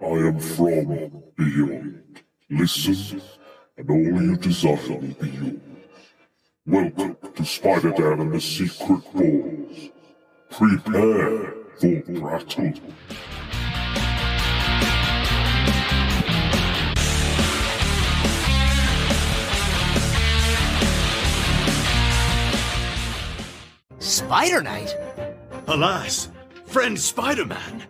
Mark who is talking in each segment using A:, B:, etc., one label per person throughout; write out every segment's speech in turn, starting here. A: I am from beyond. Listen, and all you desire will be yours. Welcome to Spider-Dan and the Secret Balls. Prepare for battle.
B: Spider Knight?
C: Alas, friend Spider-Man,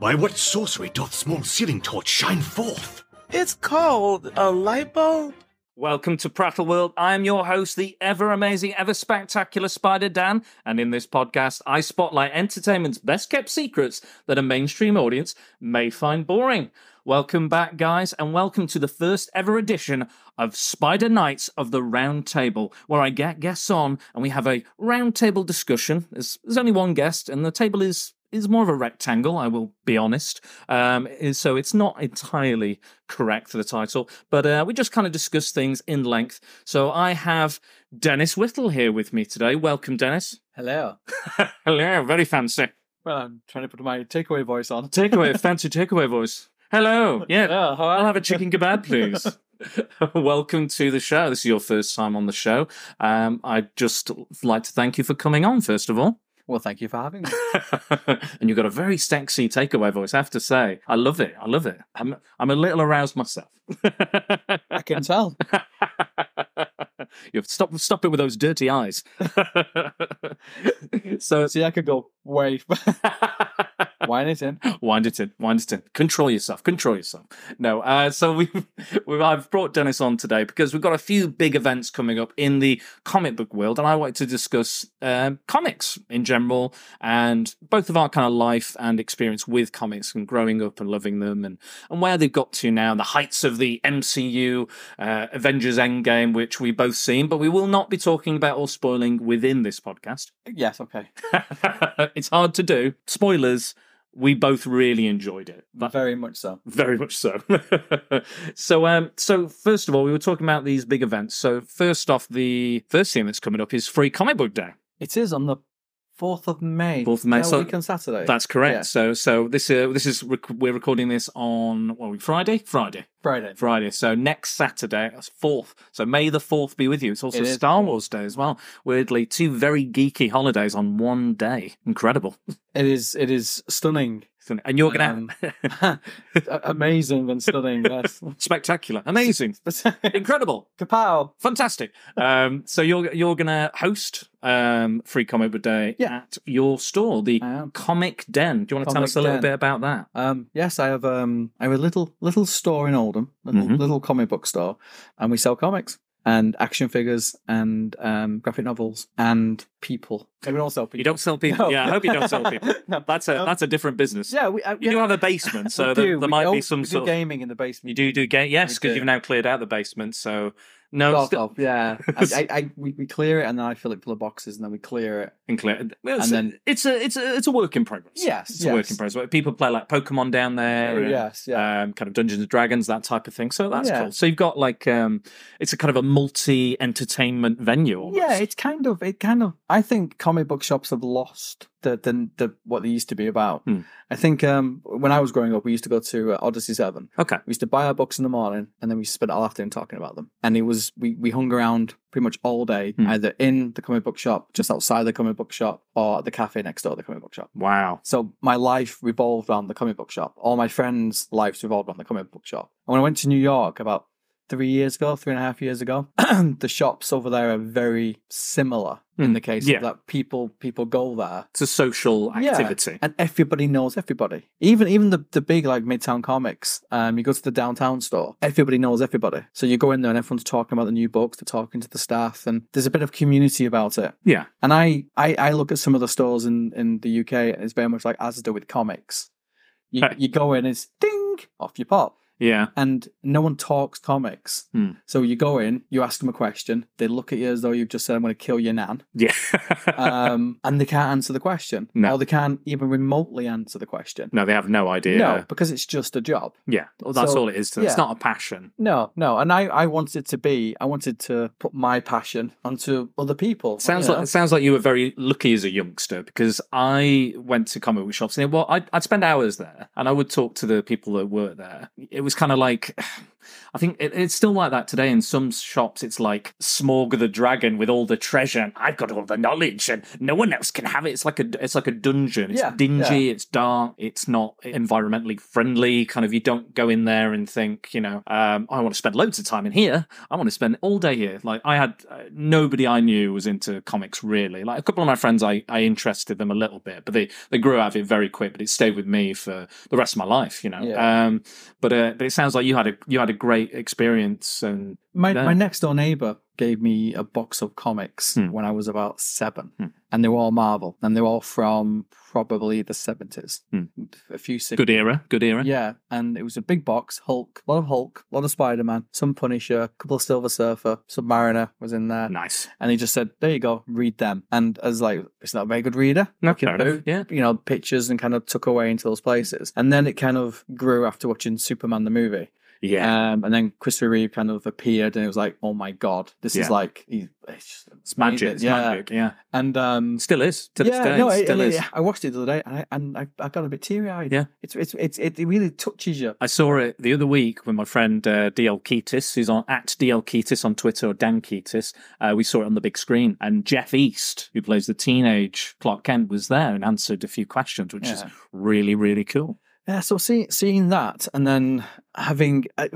C: by what sorcery doth small sealing torch shine forth?
D: It's called a light bulb.
E: Welcome to Prattle World. I am your host, the ever amazing, ever spectacular Spider Dan, and in this podcast, I spotlight entertainment's best kept secrets that a mainstream audience may find boring. Welcome back, guys, and welcome to the first ever edition of Spider Knights of the Round Table, where I get guests on and we have a round table discussion. There's, there's only one guest, and the table is is more of a rectangle. I will be honest. Um, is- so it's not entirely correct for the title, but uh, we just kind of discuss things in length. So I have Dennis Whittle here with me today. Welcome, Dennis.
F: Hello.
E: Hello, very fancy
F: Well, I'm trying to put my takeaway voice on.
E: takeaway, fancy takeaway voice. Hello, yeah.
F: Yeah, how
E: I'll
F: are
E: have a chicken kebab, please. Welcome to the show. This is your first time on the show. Um, I'd just like to thank you for coming on, first of all.
F: Well, thank you for having me.
E: and you've got a very sexy takeaway voice, I have to say. I love it. I love it. I'm, I'm a little aroused myself.
F: I can tell.
E: you have stop stop it with those dirty eyes. so
F: See, I could go way. Wine it in.
E: wind it in, wind it in. Control yourself, control yourself. No, uh, so we've, we've I've brought Dennis on today because we've got a few big events coming up in the comic book world, and I wanted to discuss um, comics in general and both of our kind of life and experience with comics and growing up and loving them and and where they've got to now, the heights of the MCU, uh, Avengers Endgame, which we both seen, but we will not be talking about or spoiling within this podcast.
F: Yes, okay.
E: it's hard to do. Spoilers. We both really enjoyed it. That-
F: Very much so.
E: very much so. so, um, so first of all, we were talking about these big events. So, first off, the first thing that's coming up is Free Comic Book Day.
F: It is on the 4th of May.
E: 4th of May,
F: That
E: so-
F: week on Saturday.
E: That's correct.
F: Yeah.
E: So, so this uh, this is rec- we're recording this on what are we, Friday, Friday,
F: Friday.
E: Friday. So next Saturday, that's fourth. So May the fourth be with you. It's also
F: It is.
E: Star Wars Day as well. Weirdly, two very geeky holidays on one day. Incredible.
F: It is It is stunning.
E: And you're gonna
F: Um, A- Amazing and stunning. Yes.
E: spectacular, amazing, incredible.
F: Kapow.
E: Fantastic. Um, so you're you're gonna host um, Free Comic Book Day
F: Yeah.
E: at your store, the
F: I am.
E: Comic Den. Do you want to tell
F: Comic
E: us a little
F: Den.
E: bit about that?
F: Um, yes, I have. Um, I have a little little store in Oldham, little,
E: Mhm.
F: little comic book store, and we sell comics and action figures and um, graphic novels and people. And we also people.
E: You don't sell people.
F: No.
E: Yeah, I hope you don't sell people.
F: No.
E: That's a
F: Um,
E: that's a different business.
F: Yeah, we. I,
E: You
F: yeah,
E: do have a basement, so
F: we
E: there,
F: do.
E: there
F: We
E: might be
F: al-
E: some
F: we do
E: sort. Of,
F: gaming in the basement.
E: you do do game, yes,
F: We
E: because
F: do.
E: you've now cleared out the basement. So no,
F: Sort
E: still-
F: of, yeah. I, I, I, we, we clear it and then I fill it full of boxes and then we clear it.
E: and clear. Well, it's,
F: And then-
E: it's a it's a it's a work in progress.
F: Yes,
E: it's a work in
F: yes.
E: progress. People play like Pokemon down there. and-
F: yes, yeah.
E: um, kind of Dungeons and Dragons, that type of thing. So that's
F: Yeah.
E: cool. So you've got like um, it's a kind of a multi entertainment venue. Almost.
F: Yeah, it's kind of it kind of I think comic book shops have lost the the, the what they used to be about.
E: Hmm.
F: I think um when I was growing up we used to go to uh, Odyssey 7.
E: okay.
F: We used to buy our books in the morning and then we spent all afternoon talking about them. And it was we we hung around pretty much all day
E: Hmm.
F: either in the comic book shop, just outside the comic book shop or at the cafe next door to the comic book shop.
E: Wow.
F: So my life revolved around the comic book shop. All my friends' lives revolved around the comic book shop. And when I went to New York about three years ago, three and a half years ago, the shops over there are very similar in
E: Hmm.
F: the case
E: Yeah.
F: of that people people go there.
E: It's a social
F: Yeah.
E: activity.
F: And everybody knows everybody. Even even the, the big like midtown comics, um, you go to the downtown store, everybody knows everybody. So you go in there and everyone's talking about the new books, they're talking to the staff, and there's a bit of community about it.
E: Yeah.
F: And I, I, I look at some of the stores in, in the UK, and it's very much like Asda with comics. You,
E: Right.
F: you go in, it's ding off you pop.
E: Yeah.
F: and no one talks comics.
E: Hmm.
F: So you go in, you ask them a question, they look at you as though you've just said, I'm going to kill your nan,
E: Yeah.
F: um, and they can't answer the question.
E: No.
F: Or they can't even remotely answer the question.
E: no, they have no idea.
F: No, because it's just a job.
E: Yeah. Well, that's
F: So,
E: all it is. To them.
F: yeah.
E: It's not a passion.
F: No, no. And I, I wanted to be, I wanted to put my passion onto other people.
E: Sounds
F: you
E: like
F: know?
E: it sounds like you were very lucky as a youngster because I went to comic book shops and well I'd, I'd spend hours there and I would talk to the people that worked there. It was kind of like I think it, it's still like that today in some shops. It's like Smorg the Dragon with all the treasure and I've got all the knowledge and no one else can have it. It's like a it's like a dungeon. It's
F: Yeah,
E: dingy. It's dark. It's not environmentally friendly. Kind of you don't go in there and think you know um, I want to spend loads of time in here. I want to spend all day here. Like I had uh, nobody I knew was into comics really. Like a couple of my friends, I, I interested them a little bit, but they, they grew out of it very quick. But it stayed with me for the rest of my life, you know.
F: Yeah.
E: Um, but uh, but it sounds like you had a you had a great experience and
F: My,
E: No.
F: my next door neighbor gave me a box of comics
E: Hmm.
F: when I was about seven,
E: Hmm.
F: and they were all Marvel, and they were all from probably the 70s.
E: Hmm.
F: A few 60s.
E: good era, good era.
F: Yeah, and it was a big box. Hulk, a lot of Hulk, a lot of Spider Man, some Punisher, a couple of Silver Surfer, Submariner was in there,
E: Nice.
F: and he just said, "There you go, read them." And I was like, "It's not a very good reader."
E: No,
F: Looking
E: fair
F: at
E: enough. Yeah.
F: You know, pictures and kind of took away into those places, and then it kind of grew after watching Superman the movie.
E: Yeah.
F: Um, and then Christopher Reeve kind of appeared, and it was like, "Oh my god, this is
E: Yeah.
F: like he, it's, just
E: it's magic.
F: amazing."
E: It's
F: yeah,
E: magic. Yeah.
F: and um,
E: Still is to this
F: yeah,
E: day.
F: no,
E: it
F: it,
E: still
F: it-
E: is.
F: I watched it the other day, and I and I, I got a bit teary eyed.
E: Yeah.
F: it's it's it's it really touches you.
E: I saw it the other week with my friend uh, DL Keatis, who's on at DL Keatis on Twitter or Dan Keatis. Uh, we saw it on the big screen, and Jeff East, who plays the teenage Clark Kent, was there and answered a few questions, which is
F: Yeah.
E: really really cool.
F: Yeah, so seeing seeing that, and then having I,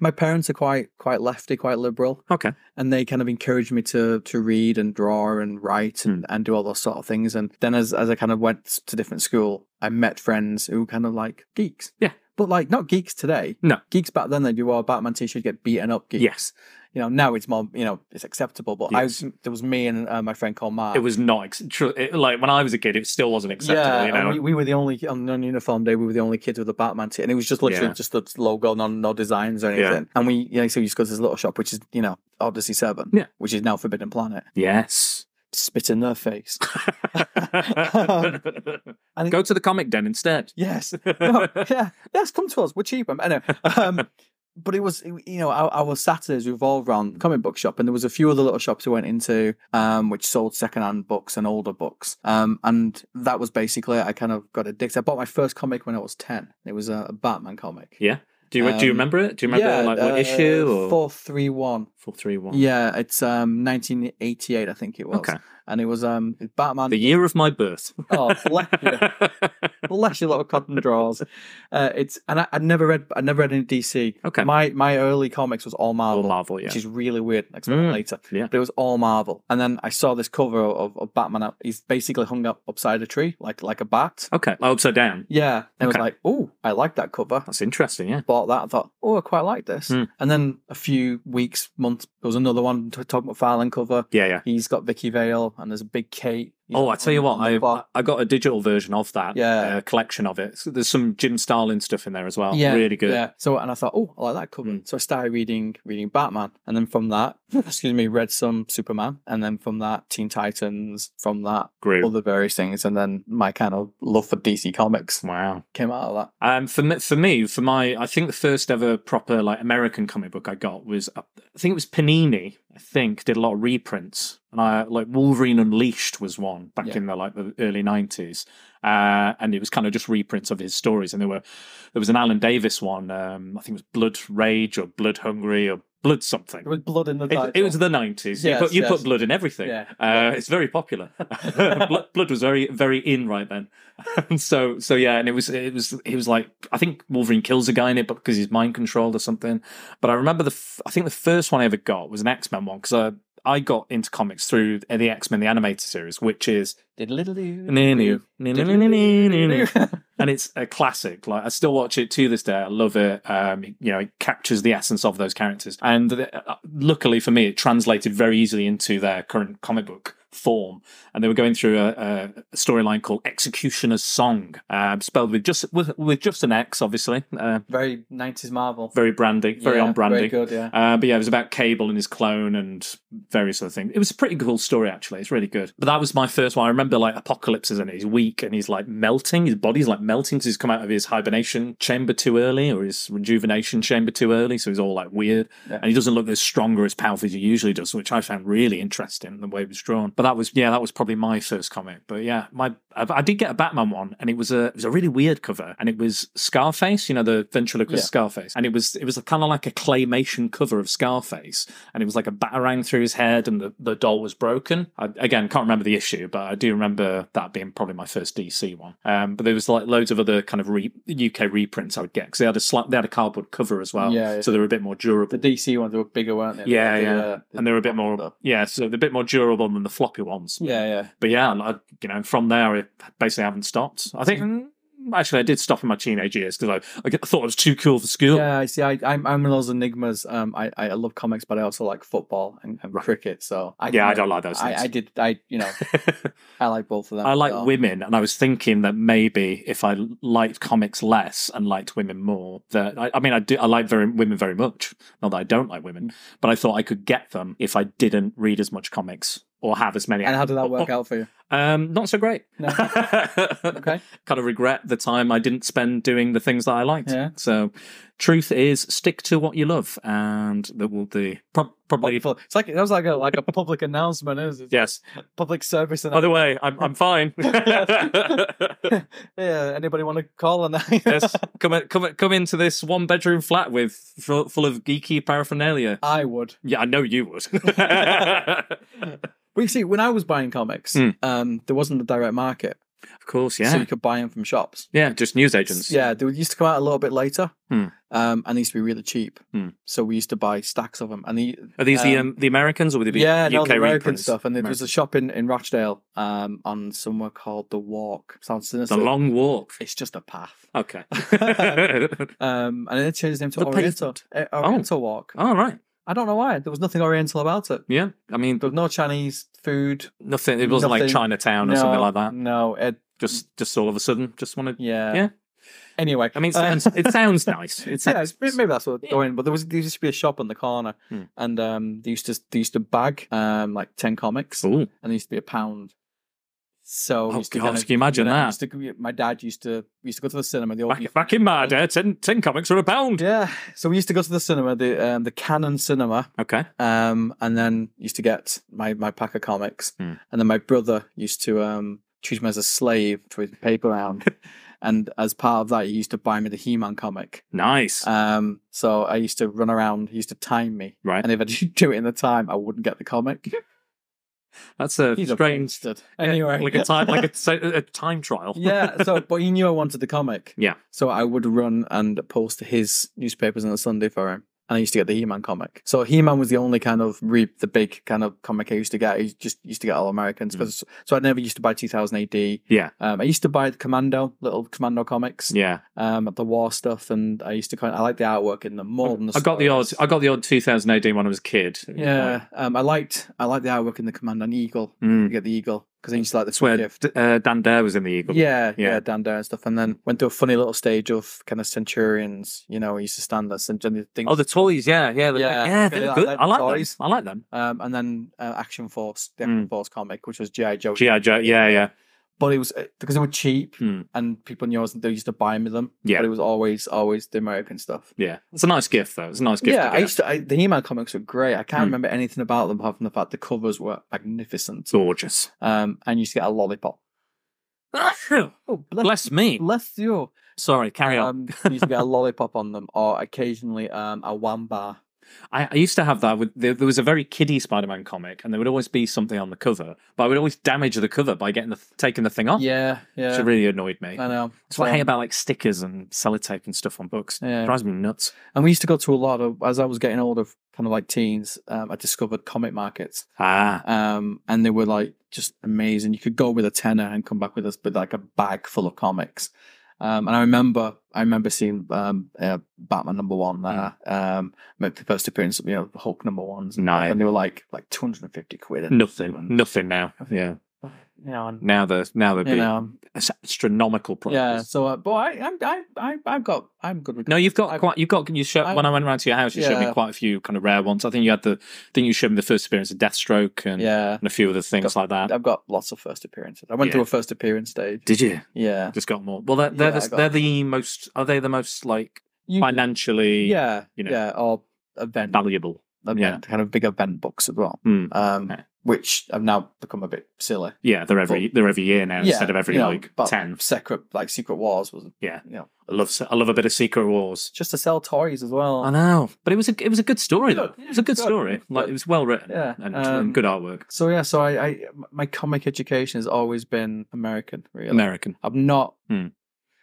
F: my parents are quite quite lefty, quite liberal,
E: Okay.
F: and they kind of encouraged me to to read and draw and write and,
E: Hmm.
F: and do all those sort of things. And then as as I kind of went to different school, I met friends who were kind of like geeks.
E: Yeah.
F: But like not geeks today.
E: No.
F: Geeks back then they'd be well Batman t shirt get beaten up geeks.
E: Yes,
F: You know, now it's more you know, it's acceptable. But I
E: Yes.
F: was there was me and uh, my friend called Mark.
E: it was not ex- tru- it, like when I was a kid, it still wasn't acceptable.
F: Yeah,
E: you
F: and
E: know,
F: we, we were the only on non-uniform day. We were the only kids with a Batman t, and it was just literally
E: Yeah.
F: just the logo, no no designs or
E: Yeah.
F: anything. And we, you know, so we just go to this little shop, which is you know Odyssey Seven,
E: Yeah.
F: which is now Forbidden Planet.
E: yes.
F: Spit in their face. And it-
E: Go to the comic den instead.
F: Yes, no, yeah, yes, come to us. We're cheap. um, Anyway, um, but it was you know our, our Saturdays revolved around the comic book shop, and there was a few other little shops we went into, um, which sold secondhand books and older books, um, and that was basically I kind of got addicted. I bought my first comic when I was ten. It was a, a Batman comic.
E: Yeah. Do you do you
F: Um, uh,
E: remember it? Do you remember like what issue or
F: Four three one.
E: four three one?
F: Yeah, it's um 1988, I think it was.
E: Okay.
F: And it was um Batman.
E: The year of my birth.
F: Oh, bless you. bless your little cotton drawers. Uh, it's and I, I never read I never read any DC.
E: Okay.
F: My my early comics was all Marvel,
E: Or Marvel, yeah.
F: which is really weird. I'll explain
E: Mm,
F: later.
E: yeah.
F: But it was all Marvel, and then I saw this cover of, of Batman. up- He's basically hung up upside a tree, like like a bat.
E: Okay. Oh, upside down.
F: Yeah. And
E: Okay.
F: I was like, oh, I like that cover.
E: That's interesting, yeah.
F: bought that and thought, oh, I quite like this.
E: Hmm.
F: And then a few weeks, months, there was another one to talk about Farland cover.
E: Yeah, yeah.
F: He's got Vicky Vale and there's a big Kate.
E: Oh, I tell you what,
F: on the
E: I
F: box.
E: I got a digital version of that.
F: Yeah.
E: Uh, collection of it. So there's some Jim Starlin stuff in there as well.
F: yeah,
E: Oh, Really good.
F: Yeah. So and I thought, oh, I like that cover.
E: Hmm.
F: So I started reading reading Batman, and then from that, excuse me, read some Superman, and then from that, Teen Titans, from that,
E: Great.
F: other various things, and then my kind of love for DC Comics
E: Wow.
F: came out of that.
E: Um, for me, for me, for my, I think the first ever proper like American comic book I got was, uh, I think it was Panini. I think did a lot of reprints, and I like Wolverine Unleashed was one back
F: Yeah.
E: in the like the early nineties, uh, and it was kind of just reprints of his stories. And there were, there was an Alan Davis one. Um, I think it was Blood Rage or Blood Hungry or Blood something.
F: There was blood in the.
E: It, it
F: title.
E: was the nineties.
F: Yes,
E: you put, you
F: yes.
E: put blood in everything.
F: Yeah.
E: Uh, it's very popular. blood, blood was very very in right then. And so so yeah, and it was it was it was like I think Wolverine kills a guy in it, but because he's mind controlled or something. But I remember the f- I think the first one I ever got was an X Men one because I I got into comics through the X Men the animated series, which is and it's a classic. Like I still watch it to this day. I love it. Um, you know, it captures the essence of those characters, and the, uh, luckily for me, it translated very easily into their current comic book form. And they were going through a, a storyline called Executioner's Song, uh, spelled with just with, with just an X, obviously. Uh,
F: Very 90s Marvel.
E: very brandy, very
F: Yeah,
E: on brandy.
F: Very good, yeah.
E: Uh, but yeah, it was about Cable and his clone and various other things. It was a pretty cool story, actually. It's really good. But that was my first one. I remember like Apocalypse is in it. He's weak and he's like melting. His body's like melting because he's come out of his hibernation chamber too early or his rejuvenation chamber too early. So he's all like weird. And he doesn't look as strong or as powerful as he usually does, which I found really interesting the way it was drawn. But that was, yeah, that was probably my first comic. But yeah, my I, I did get a Batman one and it was a, it was a really weird cover and it was Scarface, you know, the ventriloquist
F: Yeah.
E: Scarface. And it was it was kind of like a claymation cover of Scarface, and it was like a batarang through his head, and the, the doll was broken. I, again, can't remember the issue, but I do remember that being probably my first DC one. Um, but there was like loads of other kind of re- UK reprints I would get because they had a sla- they had a cardboard cover as well,
F: Yeah, yeah.
E: so they were a bit more durable.
F: The DC ones were bigger, weren't they?
E: yeah,
F: The,
E: yeah,
F: uh, the-
E: and they were a bit more yeah, so they're a bit more durable than the floppy ones.
F: Yeah, yeah.
E: But yeah, I, you know, from there, I basically haven't stopped. I think. mm, Actually, I did stop in my teenage years because I, I thought it was too cool for school.
F: Yeah, I see. I, I'm I'm one of those enigmas. Um, I, I love comics, but I also like football and, and
E: Right.
F: cricket. So I,
E: Yeah, I don't like those
F: I,
E: things.
F: I did. I you know I like both of them.
E: I like
F: so.
E: women, and I was thinking that maybe if I liked comics less and liked women more, that I, I mean, I do, I like very women very much. Not that I don't like
F: Mm.
E: women, but I thought I could get them if I didn't read as much comics or have as many.
F: And how did that work out for you?
E: Um, not so great.
F: No. Okay.
E: kind of regret the time I didn't spend doing the things that I liked.
F: Yeah.
E: So, truth is, stick to what you love, and that will be prob- probably.
F: It's like that was like a like a public announcement, is it?
E: Yes.
F: Public service
E: By Oh, the way,
F: announcement.
E: I'm I'm fine.
F: yeah. Anybody want to call on that?
E: yes, come come come into this one bedroom flat with full, full of geeky paraphernalia.
F: I would.
E: Yeah, I know you would.
F: Well, you see, when I was buying comics,
E: Hmm.
F: um, there wasn't a direct market,
E: of course,
F: so
E: yeah,
F: you could buy them from shops.
E: yeah, just newsagents.
F: Yeah, they used to come out a little bit later,
E: Hmm.
F: um, and they used to be really cheap.
E: Hmm.
F: So we used to buy stacks of them. And the
E: Are these the
F: Um,
E: um, the Americans or would they be
F: yeah,
E: UK
F: no, the American
E: reprints?
F: stuff. And there was a
E: American.
F: shop in in Rochdale um, on somewhere called the Walk. Sounds sinister.
E: the long walk.
F: It's just a path.
E: Okay.
F: Um, and then it changed its name to
E: The Oh.
F: Oriental uh, Oriental Walk.
E: All right.
F: I don't know why. There was nothing Oriental about it.
E: Yeah. I mean,
F: There was no Chinese food.
E: nothing. It wasn't like
F: Nothing.
E: Chinatown or something like that.
F: No, it,
E: Just, just all of a sudden, just wanted.
F: yeah.
E: Yeah.
F: Anyway,
E: I mean, it
F: uh,
E: sounds, it sounds nice. It
F: Yeah,
E: sounds.
F: it's, maybe that's what going. But there was there used to be a shop on the corner,
E: Hmm.
F: and um, they used to they used to bag um like ten comics,
E: Ooh.
F: and they used to be a pound. So we
E: Oh,
F: used to
E: God,
F: kinda-
E: can you imagine
F: you know,
E: that?
F: used to- my dad used to we used to go to the cinema. The old,
E: Back, back in my day, 10, 10 comics are a pound.
F: yeah, so we used to go to the cinema, the um, the Canon Cinema,
E: Okay.
F: um, and then used to get my my pack of comics,
E: Hmm.
F: and then my brother used to um treat me as a slave to his paper round, and as part of that, he used to buy me the He Man comic.
E: Nice.
F: Um, so I used to run around. He used to time me,
E: Right.
F: and if I didn't do it in the time, I wouldn't get the comic.
E: That's a
F: He's
E: strange.
F: a bastard. Anyway,
E: like a time, like a, so- a time trial.
F: yeah. So, but he knew I wanted the comic.
E: Yeah.
F: So I would run and post his newspapers on a Sunday for him. And I used to get the He-Man comic. So He-Man was the only kind of re- the big kind of comic I used to get. I just used to get all Americans.
E: Mm.
F: 'cause- So I never used to buy 2000 AD.
E: Yeah.
F: Um, I used to buy the Commando, little Commando comics,
E: yeah.
F: um, the war stuff, and I used to kind of, I like the artwork in them more than the
E: I got the odd.
F: stories.
E: I got the odd 2018 when I was a kid.
F: Yeah, um, I liked I liked the artwork in the Command on Eagle.
E: Mm.
F: You get the Eagle because I used to like the
E: That's where
F: gift.
E: d- uh, Dan Dare was in the Eagle.
F: Yeah,
E: Yeah.
F: yeah, down there and stuff, and then went to a funny little stage of kind of centurions. You know, we used to stand there and do things.
E: Oh, the toys. Yeah, yeah, the-
F: Yeah,
E: yeah.
F: really
E: They're
F: like
E: good.
F: them
E: I like
F: toys.
E: them. I like them.
F: um, and then uh, Action Force, the
E: Hmm.
F: Action Force comic, which was GI Joe,
E: GI Joe. Yeah, yeah.
F: but it was uh, because they were cheap
E: Hmm.
F: and people knew I was, they used to buy me them.
E: Yeah.
F: but it was always always the American stuff.
E: Yeah, it's a nice gift though. It's a nice gift.
F: yeah,
E: to
F: I
E: get.
F: used to. I, the He-Man comics were great. I can't
E: Hmm.
F: remember anything about them apart from the fact the covers were magnificent.
E: It's gorgeous.
F: Um, and you used to get a lollipop. Oh,
E: Bless me.
F: bless you.
E: Sorry, carry on.
F: um, you used to get a lollipop on them, or occasionally um, a wamba.
E: I, I used to have that with there, there was a very kiddie Spider-Man comic, and there would always be something on the cover, but I would always damage the cover by getting the taking the thing off.
F: Yeah,
E: which
F: yeah.
E: really annoyed me.
F: I know.
E: That's what I
F: Um,
E: hate about like stickers and sellotape and stuff on books.
F: Yeah.
E: drives me nuts.
F: And we used to go to a lot of, as I was getting older, kind of like teens, um, I discovered comic markets.
E: Ah,
F: Um, and they were like just amazing. You could go with a tenner and come back with us with like a bag full of comics. Um, and I remember, I remember seeing um, uh, Batman number one there, um, make the first appearance, of, you know, Hulk number ones, and,
E: Nice.
F: and they were like like two hundred and fifty quid. And,
E: Nothing. Nothing now. Yeah.
F: you know, and,
E: Now they're now they're
F: you
E: being
F: know,
E: astronomical prices.
F: yeah. So, uh, but I, I'm- I, I, I've got, I'm good with.
E: No, you've got
F: I-
E: quite. You've got. You showed
F: I-
E: when I went round to your house. You showed me
F: Yeah.
E: quite a few kind of rare ones. I think you had the. I think you showed me the first appearance of Deathstroke and,
F: yeah,
E: and a few other things like that.
F: I've got lots of first appearances. I went
E: Yeah.
F: through a first appearance stage.
E: Did you?
F: Yeah,
E: Just got more. Well, they're they're,
F: Yeah, I
E: the,
F: got-
E: they're the most. Are they the most like
F: You-
E: financially
F: yeah,
E: you know.
F: yeah, or event,
E: valuable?
F: event
E: yeah.
F: kind of big event books as well.
E: Hmm.
F: Um,
E: Okay.
F: which have now become a bit silly.
E: Yeah, they're every they're every year now instead of every
F: you know,
E: like
F: but
E: ten.
F: Secret like Secret Wars was
E: Yeah.
F: you know
E: I love I love a bit of Secret Wars.
F: just to sell toys as well.
E: I know, but it was a it was a good story though.
F: Good.
E: It was a good
F: Good.
E: story. Like
F: Good.
E: it was well written
F: Yeah,
E: and,
F: um,
E: and good artwork.
F: So yeah, so I, I my comic education has always been American. Really,
E: American.
F: I'm not.
E: Hmm.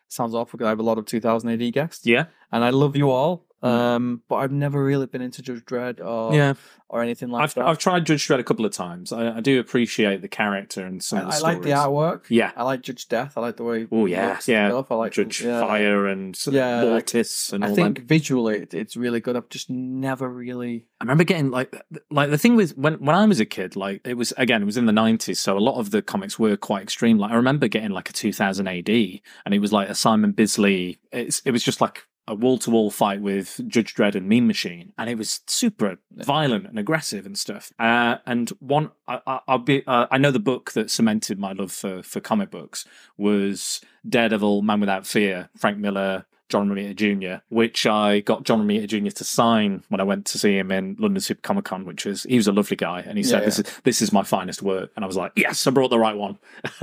F: Sounds awful because I have a lot of 2000 AD guests,
E: Yeah,
F: and I love you all.
E: Hmm.
F: Um, but I've never really been into Judge Dredd or
E: yeah.
F: or anything like
E: I've
F: that.
E: I've tried Judge Dredd a couple of times. I, I do appreciate the character and some
F: I,
E: of the
F: I
E: stories.
F: like the artwork.
E: Yeah.
F: I like Judge Death. I like the way.
E: Oh
F: he
E: yeah,
F: looks and
E: yeah.
F: stuff. I like
E: Judge
F: yeah.
E: Fire and sort of
F: Yeah, like-
E: Mortis and all
F: I
E: that.
F: think visually it, it's really good. I've just never really.
E: I remember getting like th- like the thing with when when I was a kid, like it was again it was in the nineties, so a lot of the comics were quite extreme. Like I remember getting like a two thousand AD, and it was like a Simon Bisley. It's it was just like a wall to wall fight with Judge Dredd and Mean Machine, and it was super violent and aggressive and stuff. Uh, and one, I, I, I'll be uh, I know the book that cemented my love for for comic books was Daredevil, Man Without Fear, Frank Miller, John Romita Jr., which I got John Romita Jr. to sign when I went to see him in London Super Comic Con, which was he was a lovely guy, and he said,
F: Yeah,
E: "This is this is my finest work," and I was like, "Yes, I brought the right one."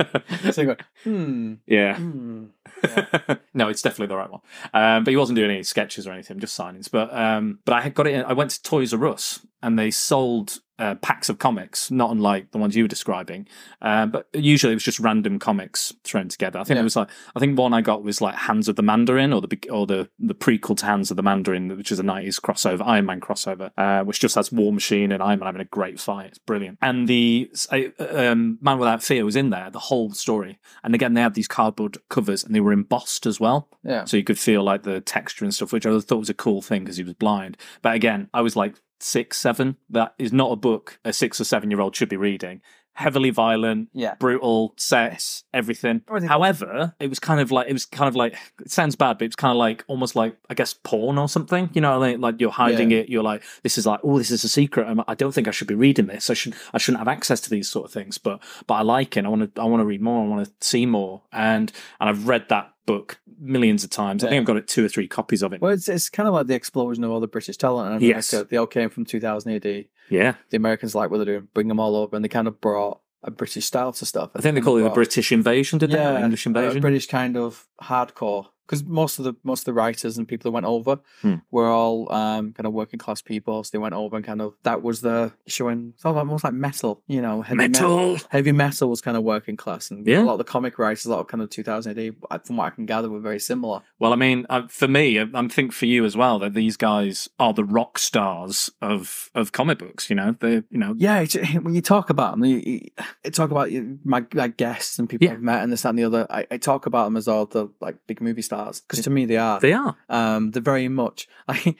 F: So you go, hmm.
E: yeah.
F: hmm.
E: no, it's definitely the right one. Um, but he wasn't doing any sketches or anything, just signings. But um, but I had got it. In, I went to Toys R Us and they sold uh, packs of comics, not unlike the ones you were describing. Uh, but usually it was just random comics thrown together. I think
F: Yeah.
E: it was like I think one I got was like Hands of the Mandarin or the big- or the the prequel to Hands of the Mandarin, which is a nineties crossover Iron Man crossover, uh, which just has War Machine and Iron Man having a great fight. It's brilliant. And the uh, um, Man Without Fear was in there, the whole story. And again, they had these cardboard covers and they were embossed as well.
F: Yeah.
E: So you could feel like the texture and stuff, which I thought was a cool thing because he was blind. But again, I was like six, seven. That is not a book a six or seven year old should be reading. Heavily violent,
F: Yeah.
E: brutal, sex, everything.
F: Everything.
E: However, it was kind of like it was kind of like it sounds bad, but it was kind of like almost like I guess porn or something. You know, like, like you're hiding it. You're like this is like oh, this is a secret. I'm, I don't think I should be reading this. I should I shouldn't have access to these sort of things. But but I like it. I want to I want to read more. I want to see more. And and I've read that book millions of times. I think I've got it two or three copies of it.
F: Well, it's, it's kind of like the explosion of all the British talent in America.
E: Yes.
F: They all came from 2000 AD. The
E: Yeah,
F: Americans like what they're doing, bring them all over, and they kind of brought a British style to stuff.
E: I think they call it the British invasion. Did they? Or English
F: a
E: invasion.
F: uh, British kind of hardcore. Because most of the most of the writers and people that went over
E: Hmm.
F: were all um, kind of working class people, so they went over and kind of that was the showing. It's almost like metal, you know, heavy metal.
E: Metal.
F: heavy metal was kind of working class, and
E: Yeah.
F: a lot of the comic writers, a lot of kind of 2000 AD, uh, from what I can gather, were very similar.
E: Well, I mean, uh, for me, I, I think for you as well that these guys are the rock stars of of comic books. You know, they, you know,
F: Yeah, it's, when you talk about them, you, you- I talk about you- my, my guests and people
E: Yeah.
F: I've met and this that, and the other. I, I talk about them as all the like big movie stars because to me they are.
E: they are.
F: um, they're very much. I,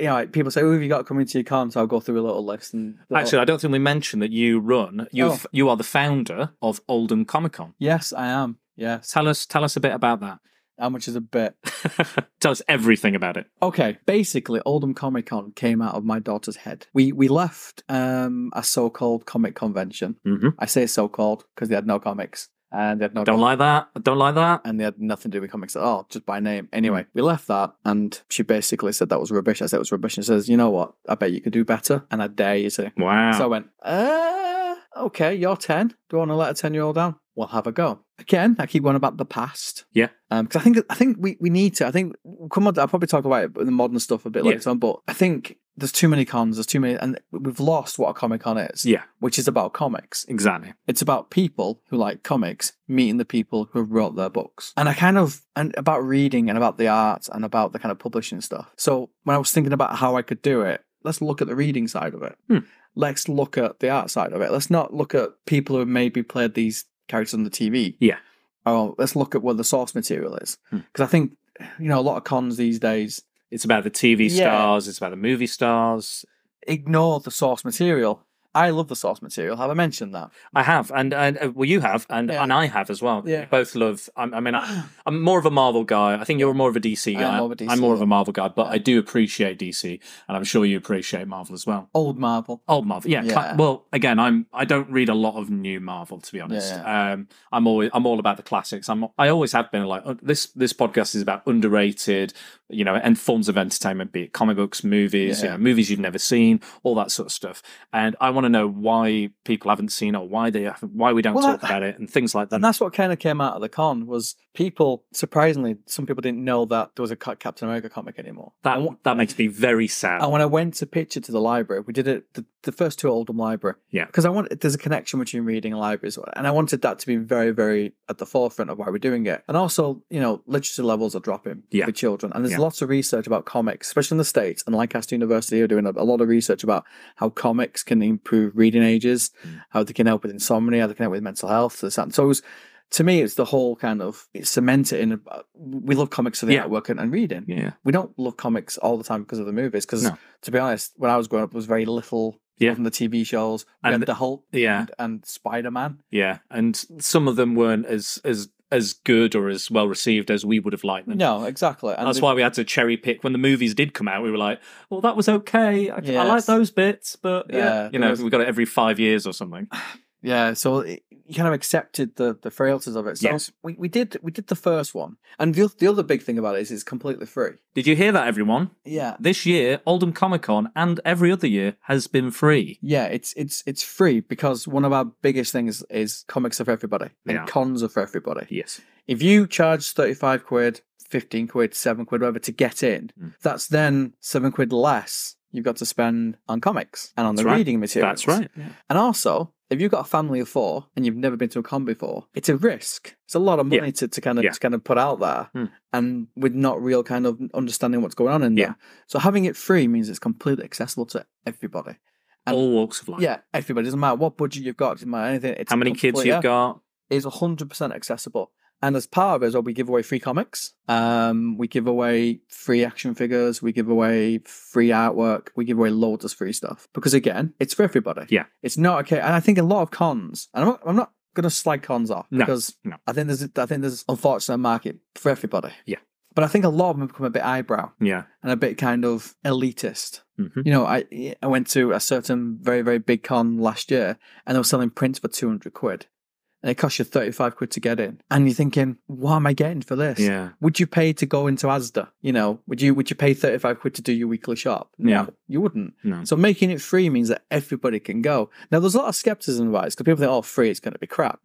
F: you know, like, people say, "Oh, have you got coming to your con?" So I'll go through a little list and
E: Actually, I don't think we mentioned that you run. You have you are the founder of Oldham Comic Con.
F: yes, I am. Yes,
E: Tell us, tell us a bit about
F: how much is a bit?
E: that. tell us everything about it.
F: Okay, basically, Oldham Comic Con came out of my daughter's head. We we left um, a so-called comic convention.
E: Mm-hmm.
F: I say so-called because they had no comics and they had no
E: Don't like that. Don't like that.
F: and they had nothing to do with comics at all, just by name. Anyway, we left that, and she basically said that was rubbish. I said it was rubbish, and she says, "You know what? I bet you could do better, and I dare you to."
E: Wow.
F: So I went, uh, okay, you're 10. Do you want to let a 10 year old down? We'll have a go. Again, I keep going about the past.
E: Yeah.
F: Because I think I think we, we need to. I think, come on, I'll probably talk about it, the modern stuff a bit
E: Yeah.
F: later on, but I think there's too many cons, there's too many, and we've lost what a Comic Con is,
E: yeah,
F: which is about comics.
E: exactly.
F: It's about people who like comics meeting the people who wrote their books. And I kind of, and about reading and about the art and about the kind of publishing stuff. So when I was thinking about how I could do it, let's look at the reading side of it.
E: Hmm.
F: Let's look at the art side of it. Let's not look at people who maybe played these characters on the TV.
E: Yeah. Hmm.
F: oh, let's look at what the source material is. Because I think, you know, a lot of cons these days
E: It's about the TV
F: Yeah.
E: stars. It's about the movie stars.
F: ignore the source material. I love the source material. Have I mentioned that?
E: I have, and, and uh, well, you have, and,
F: Yeah.
E: and I have as well.
F: Yeah.
E: We both love. I, I mean, I, I'm more of a Marvel guy. I think you're more of a DC
F: I
E: guy.
F: am more of a DC,
E: I'm more of
F: yeah.
E: a Marvel guy, but I do appreciate DC, and I'm sure you appreciate Marvel as well.
F: Old Marvel.
E: Old Marvel, yeah. cla-
F: Yeah.
E: well, again, I'm I don't read a lot of new Marvel to be honest. Um, I'm always I'm all about the classics. I'm I always have been like oh, this. This podcast is about underrated, you know, and forms of entertainment, be it comic books, movies, you
F: Yeah.
E: know, movies you've never seen, all that sort of stuff. And I want to know why people haven't seen or why they haven't, why we don't
F: Well,
E: talk
F: that-
E: about it and things like that.
F: And that's what kind of came out of the con was people, surprisingly, some people didn't know that there was a Ca- Captain America comic anymore.
E: That
F: and, wh-
E: that makes me very sad.
F: and when I went to pitch it to the library, we did it, the, the first two at Oldham Library.
E: Yeah.
F: Because I want, there's a connection between reading and libraries. And I wanted that to be very, very at the forefront of why we're doing it. And also, you know, literacy levels are dropping
E: Yeah.
F: for children. And there's
E: Yeah.
F: lots of research about comics, especially in the States. And Lancaster University are doing a, a lot of research about how comics can improve reading ages,
E: Mm.
F: how they can help with insomnia, how they can help with mental health. This, that. And so it was, to me, it's the whole kind of it cement it in. a- We love comics for the
E: Yeah.
F: artwork and, and reading.
E: yeah,
F: We don't love comics all the time because of the movies. Because
E: No.
F: to be honest, when I was growing up, there was very little
E: Yeah.
F: from the TV shows. We
E: And
F: had
E: the-
F: the Hulk
E: yeah.
F: and, and Spider Man.
E: yeah, and some of them weren't as as as good or as well received as we would have liked them.
F: No, exactly. And
E: That's
F: the-
E: why we had to cherry pick when the movies did come out. We were like, "Well, that was okay. I, I like
F: Yes.
E: those bits, but yeah,
F: Yeah,
E: you
F: there
E: know,
F: was-
E: we got it every five years or something."
F: Yeah, so it, you kind of accepted the the frailties of it. So
E: Yes.
F: we, we did we did the first one, and the oth- the other big thing about it is it's completely free.
E: Did you hear that, everyone?
F: Yeah,
E: This year, Oldham Comic Con and every other year has been free.
F: yeah, it's it's it's free because one of our biggest things is comics are for everybody and
E: Yeah.
F: cons are for everybody.
E: Yes,
F: If you charge thirty five quid, fifteen quid, seven quid, whatever to get in,
E: Mm.
F: that's then seven quid less you've got to spend on comics and on
E: That's
F: the
E: right.
F: reading material.
E: that's right.
F: And also, if you've got a family of four and you've never been to a con before, it's a risk. It's a lot of
E: Yeah.
F: money to, to kind of
E: Yeah.
F: to kind of put out there,
E: Hmm.
F: and with not real kind of understanding what's going on in
E: Yeah.
F: there. So having it free means it's completely accessible to everybody. And-
E: All walks of life.
F: Yeah, everybody. Doesn't matter what budget you've got. Doesn't matter anything. It's
E: How many kids you've got?
F: Is hundred percent accessible. And as part of it, as well, we give away free comics. Um, we give away free action figures. We give away free artwork. We give away loads of free stuff because again, it's for everybody.
E: Yeah.
F: it's not okay. And I think a lot of cons. And I'm not, I'm not going to slag cons off
E: No,
F: because
E: no.
F: I think there's I think there's unfortunately a market for everybody.
E: Yeah.
F: but I think a lot of them become a bit eyebrow
E: Yeah,
F: and a bit kind of elitist.
E: Mhm.
F: You know, I I went to a certain very very big con last year, and they were selling prints for two hundred quid, and it cost you thirty five quid to get in. And you're thinking, what am I getting for this?
E: yeah.
F: Would you pay to go into ASDA? You know, would you would you pay thirty five quid to do your weekly shop?
E: Yeah.
F: No, you wouldn't.
E: No.
F: So making it free means that everybody can go. Now there's a lot of skepticism about it because people think, oh, free, it's going to be crap.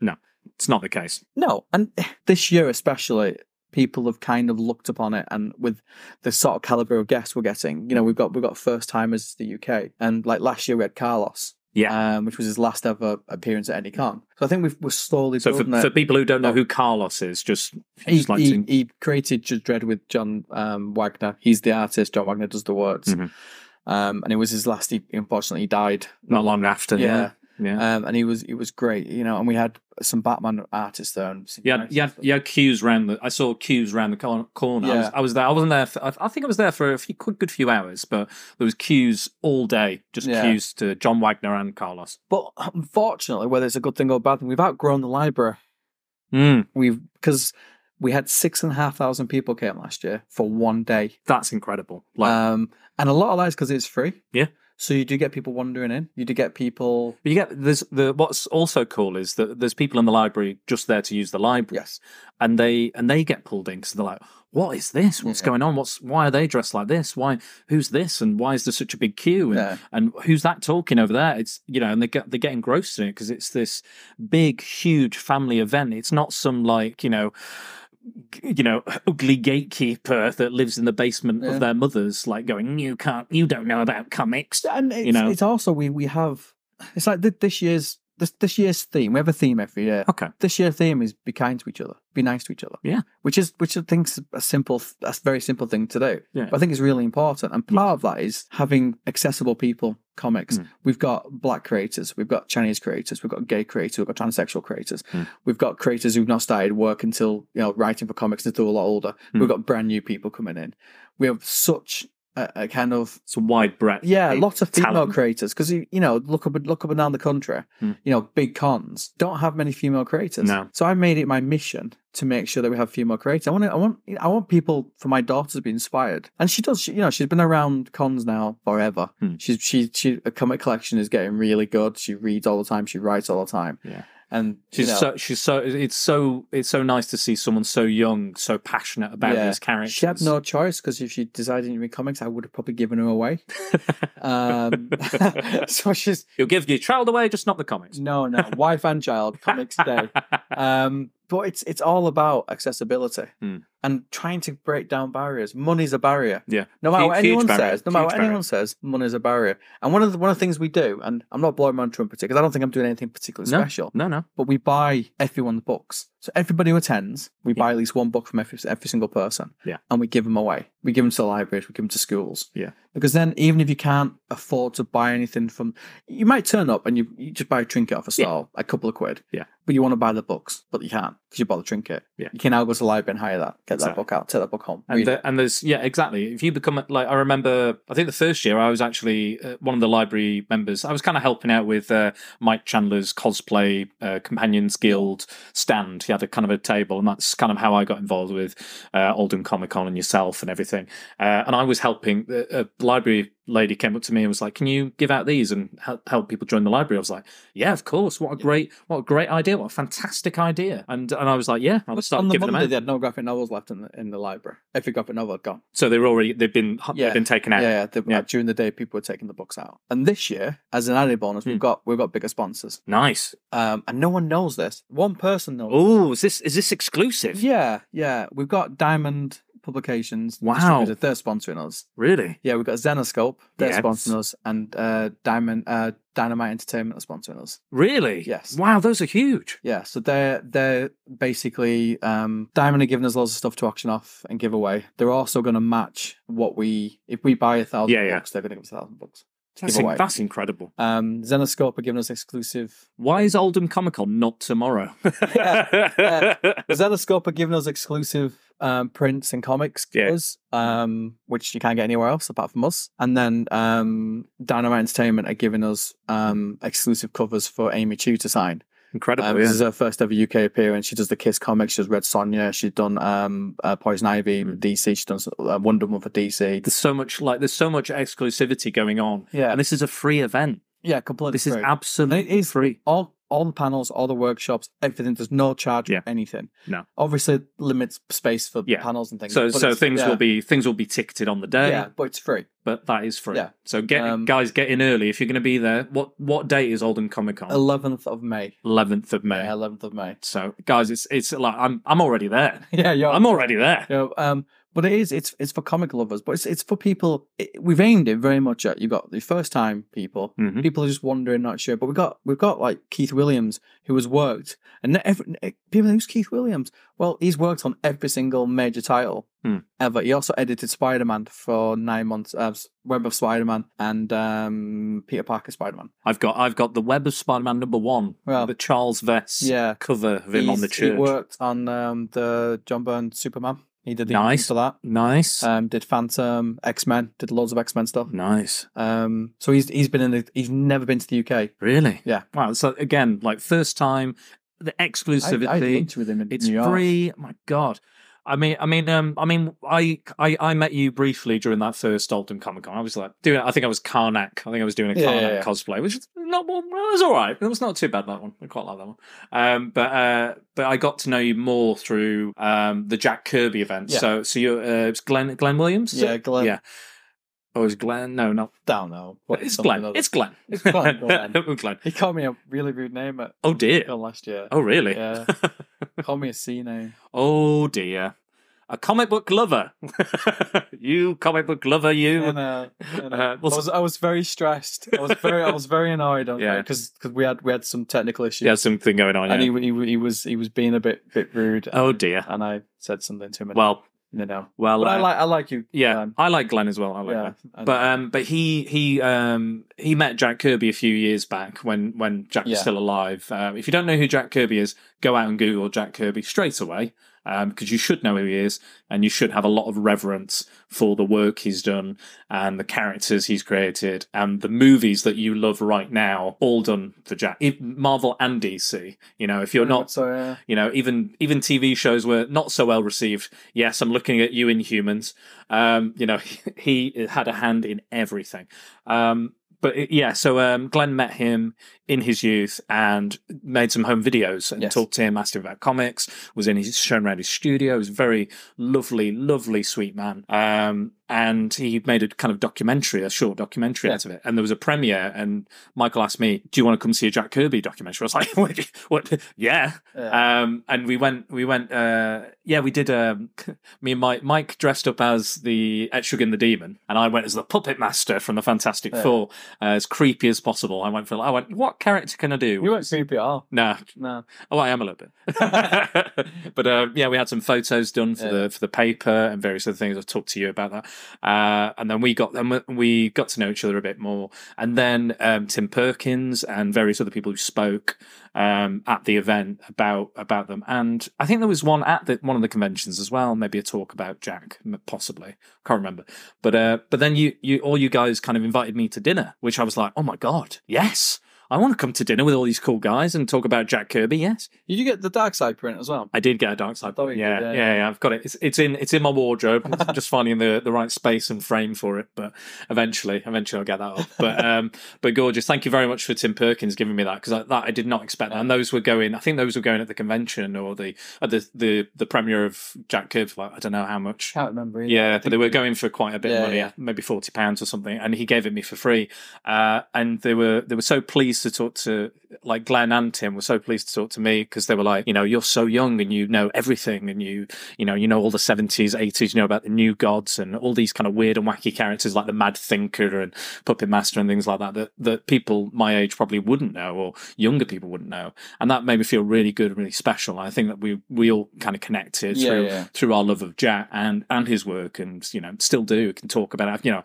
E: It's not the case.
F: No, and this year especially, people have kind of looked upon it, and with the sort of caliber of guests we're getting, you know, we've got we've got first timers to the UK, and like last year we had Carlos,
E: Yeah.
F: um, which was his last ever appearance at any con. So I think we've, we're slowly
E: so for,
F: building it.
E: for people who don't know who Carlos is, just
F: he,
E: just like
F: he-
E: to-
F: he created Judge Dredd with John um, Wagner. He's the artist. John Wagner does the words.
E: Mhm.
F: Um, and it was his last. He, unfortunately, he died.
E: not long after. Yeah, yeah.
F: Um, and he was he was great, you know. And we had some Batman artists there. And some
E: Yeah,
F: nice
E: yeah,
F: stuff.
E: yeah. Queues round the. I saw queues round the cor- corner. I, was,
F: Yeah.
E: I was there. I wasn't there. For, I- I think I was there for a few, good, good few hours, but there was queues all day. Just
F: Yeah.
E: queues to John Wagner and Carlos.
F: But unfortunately, whether it's a good thing or a bad thing, we've outgrown the library.
E: Mm,
F: We've because we had six and a half thousand people came last year for one day,
E: that's incredible. Like,
F: um, and a lot of that is because it's free.
E: Yeah.
F: So you do get people wandering in. You do get people.
E: but you get there's the what's also cool is that there's people in the library just there to use the library,
F: Yes.
E: and they and they get pulled in because they're like, "What is this? What's
F: Yeah.
E: going on? What's why are they dressed like this? Why who's this? And why is there such a big queue? And
F: Yeah.
E: and who's that talking over there? It's you know, and they get they get engrossed in it because it's this big, huge family event. It's not some like you know, g- you know, ugly gatekeeper that lives in the basement
F: Yeah.
E: of their mother's, like going, you can't, you don't know about comics.
F: and it's,
E: know?
F: it's also we we have it's like th- this year's this this year's theme. We have a theme every year.
E: Okay,
F: This year's theme is be kind to each other, be nice to each other.
E: Yeah.
F: which is which I think's a simple, that's a very simple thing to do.
E: Yeah.
F: But I think it's really important, and part of that is having accessible people comics.
E: Hmm.
F: We've got black creators, we've got Chinese creators, we've got gay creators, we've got transsexual creators,
E: Hmm.
F: we've got creators who've not started work until you know writing for comics until a lot older.
E: Hmm.
F: We've got brand new people coming in. We have such a, a kind of
E: It's a wide breadth.
F: yeah,
E: of
F: lots of female
E: talent.
F: creators because you you know look up and look up and down the country,
E: Hmm.
F: you know big cons don't have many female creators.
E: No.
F: So I made it my mission to make sure that we have female creators. I want I want I want people for my daughter to be inspired, and she does. She, you know she's been around cons now forever.
E: Hmm.
F: She's she she her comic collection is getting really good. She reads all the time. She writes all the time.
E: Yeah.
F: and
E: She's
F: you know,
E: so she's so it's so it's so nice to see someone so young, so passionate about
F: Yeah.
E: these characters.
F: She had no choice because if she decided to read comics, I would have probably given her away. um, so she's
E: You'll give your child away, just not the comics.
F: No, no, wife and child comics day. Um, but it's it's all about accessibility
E: Hmm.
F: and trying to break down barriers. Money's a barrier.
E: Yeah.
F: No matter what
E: Huge- huge
F: anyone
E: barrier,
F: says, no matter
E: huge
F: what
E: barrier.
F: anyone says, money's a barrier. And one of the one of the things we do, and I'm not blowing my own trumpet because I don't think I'm doing anything particularly special.
E: No, no.
F: But we buy everyone books. So everybody who attends, we
E: Yeah.
F: buy at least one book from every, every single person.
E: Yeah.
F: And we give them away. We give them to libraries, we give them to schools.
E: Yeah.
F: Because then even if you can't afford to buy anything from you might turn up and you, you just buy a trinket off a
E: Yeah.
F: stall, a couple of quid.
E: Yeah.
F: But you want to buy the books, but you can't because you bought the trinket.
E: Yeah.
F: You can now go to the library and hire that, get that
E: Exactly.
F: book out, take that book home.
E: And,
F: read it.
E: the, and there's yeah exactly if you become like i remember i think the first year i was actually uh, one of the library members i was kind of helping out with uh, mike chandler's cosplay uh, companions guild stand he had a kind of a table and that's kind of how i got involved with uh, oldham comic con and yourself and everything uh, and i was helping a, a library lady came up to me and was like can you give out these and help, help people join the library i was like yeah of course what a great what a great idea what a fantastic idea and and i was like yeah i'll start
F: on the
E: giving them
F: Monday,
E: out
F: they had no graphic novels left in the, in the library. Every graphic novel had gone.
E: so they're already they've been
F: Yeah.
E: they've been taken out.
F: Yeah, yeah, they-
E: Yeah.
F: like, during the day, people were taking the books out. And this year, as an added bonus,
E: Hmm.
F: we've got we've got bigger sponsors.
E: Nice.
F: Um, and no one knows this. One person knows.
B: Oh, is this is this exclusive?
F: Yeah, yeah. We've got Diamond Publications.
E: Wow.
F: distributed. They're sponsoring us.
E: Really?
F: Yeah, we've got Xenoscope. They're
E: Yes.
F: sponsoring us, and uh, Diamond uh, Dynamite Entertainment are sponsoring us.
E: Really?
F: Yes.
E: Wow, those are huge.
F: Yeah, so they're they're basically um, Diamond are giving us loads of stuff to auction off and give away. They're also going to match what we if we buy a thousand
E: Yeah, yeah.
F: books, they're going to give us a thousand books. to
E: That's,
F: give away.
E: that's incredible.
F: Um, Xenoscope are giving us exclusive.
E: Why is Oldham Comic Con not tomorrow?
F: Yeah. Xenoscope are giving us exclusive um, prints and comics
E: Yeah.
F: to us, um, which you can't get anywhere else apart from us. And then um, Dynamite Entertainment are giving us um, exclusive covers for Amy Chu to sign.
E: Incredible.
F: Um,
E: yeah.
F: This is her first ever UK appearance. She does the Kiss comics. She's Red Sonja. She's done um, uh, Poison Ivy,
E: Mm.
F: DC. She's done uh, Wonder Woman for DC.
E: There's so much like there's so much exclusivity going on,
F: yeah,
E: and this is a free event.
F: yeah, completely.
E: This is
F: free.
E: absolutely
F: And it is-
E: free.
F: all all the panels, all the workshops, everything. There's no charge
E: Yeah.
F: for anything.
E: No.
F: obviously limits space for
E: Yeah.
F: panels and things.
E: So
F: but
E: so
F: it's-
E: things
F: yeah.
E: will be things will be ticketed on the day,
F: yeah, but it's free.
E: but that is free.
F: Yeah.
E: So get
F: Um,
E: guys get in early if you're going to be there. What what date is Oldham Comic Con?
F: Eleventh of May.
E: 11th of Oh. May.
F: Yeah, eleventh of May.
E: So guys, it's it's like I'm I'm already there.
F: Yeah, yeah.
E: I'm already there.
F: You know, um, but it is it's it's for comic lovers, but it's it's for people. It, we've aimed it very much at you have got the first time people,
E: Mhm.
F: people are just wondering, not sure. But we got we've got like Keith Williams who has worked, and not every, people think, who's Keith Williams? Well, he's worked on every single major title
E: Hmm.
F: ever. He also edited Spider Man for nine months, uh, Web of Spider Man and um, Peter Parker Spider Man.
E: I've got I've got the Web of Spider-Man number one,
F: Well,
E: the Charles Vess
F: Yeah,
E: cover of him on the
F: He's- He
E: church.
F: worked on um, the John Byrne Superman. He did the
E: Nice.
F: nice for that.
E: Nice,
F: Um, did Phantom, X Men, did loads of X Men
E: Mm.
F: stuff.
E: nice,
F: Um, so he's he's been in the he's never been to the UK.
E: really.
F: Yeah.
E: Wow. So again, like first time, the
F: I, I
E: exclusivity.
F: linked with him in
E: it's
F: New York.
E: free. My God. I mean, I mean, um, I mean, I, I, I met you briefly during that first Oldham Comic Con. I was like doing, I think I was Karnak. I think I was doing a
F: Yeah,
E: Karnak
F: yeah, yeah.
E: cosplay, which is not, well, it was all right. It was not too bad that one. I quite like that one. Um, but, uh, but I got to know you more through um the Jack Kirby event.
F: Yeah.
E: So, so you're uh, it's Glenn, Glenn Williams. is
F: Yeah,
E: it?
F: Glenn.
E: yeah. Oh, is Glenn? No, not
F: Down now. but
E: it's
F: something
E: Glenn.
F: other.
E: It's Glenn.
F: It's Glenn, Glenn.
E: Oh, Glenn.
F: He called me a really rude name at
E: Oh dear.
F: last year.
E: Oh really?
F: Yeah, called me a C name.
E: Oh dear. A comic book lover. you comic book lover, you.
F: And, uh, and, uh,
E: Uh,
F: I
E: well,
F: was I was very stressed. I was very I was very annoyed on
E: Yeah.
F: because we had we had some technical issues.
E: yeah, something going on.
F: and
E: yeah.
F: he, he he was he was being a bit bit rude.
E: oh dear.
F: and I said something to him. and
E: Well,
F: No, no.
E: Well,
F: But I
E: uh,
F: like I like you.
E: yeah,
F: um,
E: I like Glenn as well. I like
F: yeah.
E: Glenn.
F: I-
E: But um, but he he um he met Jack Kirby a few years back when when Jack
F: Yeah.
E: was still alive. Um, if you don't know who Jack Kirby is, go out and Google Jack Kirby straight away because you should know who he is and you should have a lot of reverence for the work he's done and the characters he's created and the movies that you love right now, all done for Jack, if- Marvel and DC. You know, if you're not
F: so yeah.
E: you know, even even TV shows were not so well received. Yes, I'm looking at you, Inhumans. Um, you know, he had a hand in everything. Um, but it- yeah, so um, Glenn met him in his youth and made some home videos and
F: Yes.
E: talked to him, asked him about comics. Was in his shown around his studio. He was a very lovely, lovely, sweet man. Um, and he made a kind of documentary, a short documentary
F: Yeah.
E: out of it. And there was a premiere, and Michael asked me, "Do you want to come see a Jack Kirby documentary?" I was like, "What? what yeah,
F: Yeah.
E: um, and we went, we went, uh, yeah, we did. Um, me and Mike, Mike dressed up as the Etrigan the Demon, and I went as the puppet master from the Fantastic
F: Yeah.
E: Four, uh, as creepy as possible. I went for, I went, what character can I do?
F: you weren't creepy at all.
E: nah,
F: No.
E: oh, I am a little bit, but uh, yeah, we had some photos done for
F: Yeah.
E: the for the paper and various other things. I'll talk to you about that, uh, and then we got then we- we got to know each other a bit more, and then um, Tim Perkins and various other people who spoke um, at the event about about them, and I think there was one at the, one of the conventions as well, maybe a talk about Jack, m- possibly can't remember, but uh, but then you you all you guys kind of invited me to dinner, which I was like, oh my god, yes. I want to come to dinner with all these cool guys and talk about Jack Kirby. Yes,
F: Did you get the dark side print as well?
E: I did get a dark side.
F: thought
E: book.
F: you
E: Yeah,
F: did,
E: yeah,
F: yeah.
E: yeah, I've got it. It's, it's in it's in my wardrobe. I'm just finding the, the right space and frame for it. But eventually, eventually, I'll get that up. But um, but gorgeous. Thank you very much for Tim Perkins giving me that because I, that I did not expect that. And those were going. I think those were going at the convention or the at the the, the premiere of Jack Kirby. Like, I don't know how much.
F: Can't remember. Either.
E: Yeah, but they were going for quite a bit of
F: Yeah,
E: money,
F: yeah.
E: maybe forty pounds or something, and he gave it me for free. Uh, and they were they were so pleased to talk to like Glenn and Tim were so pleased to talk to me because they were like, you know, you're so young and you know everything, and you you know you know all the seventies, eighties, you know about the new gods and all these kind of weird and wacky characters like the Mad Thinker and Puppet Master and things like that that that people my age probably wouldn't know or younger people wouldn't know, and that made me feel really good, and really special. I think that we we all kind of connected
F: Yeah,
E: through
F: yeah.
E: through our love of Jack and and his work, and you know still do can talk about it. You know,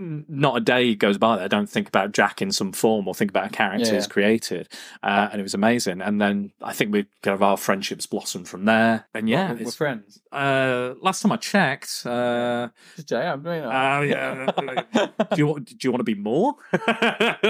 E: n- not a day goes by that I don't think about Jack in some form or think about a character
F: Yeah, yeah.
E: he's created, uh, and it was amazing. And then I think we kind of our friendships blossomed from there. And yeah,
F: we're, we're
E: it's,
F: friends.
E: uh, last time I checked, uh,
F: Jay, I'm doing that.
E: uh, yeah, do you want, do you want to be more?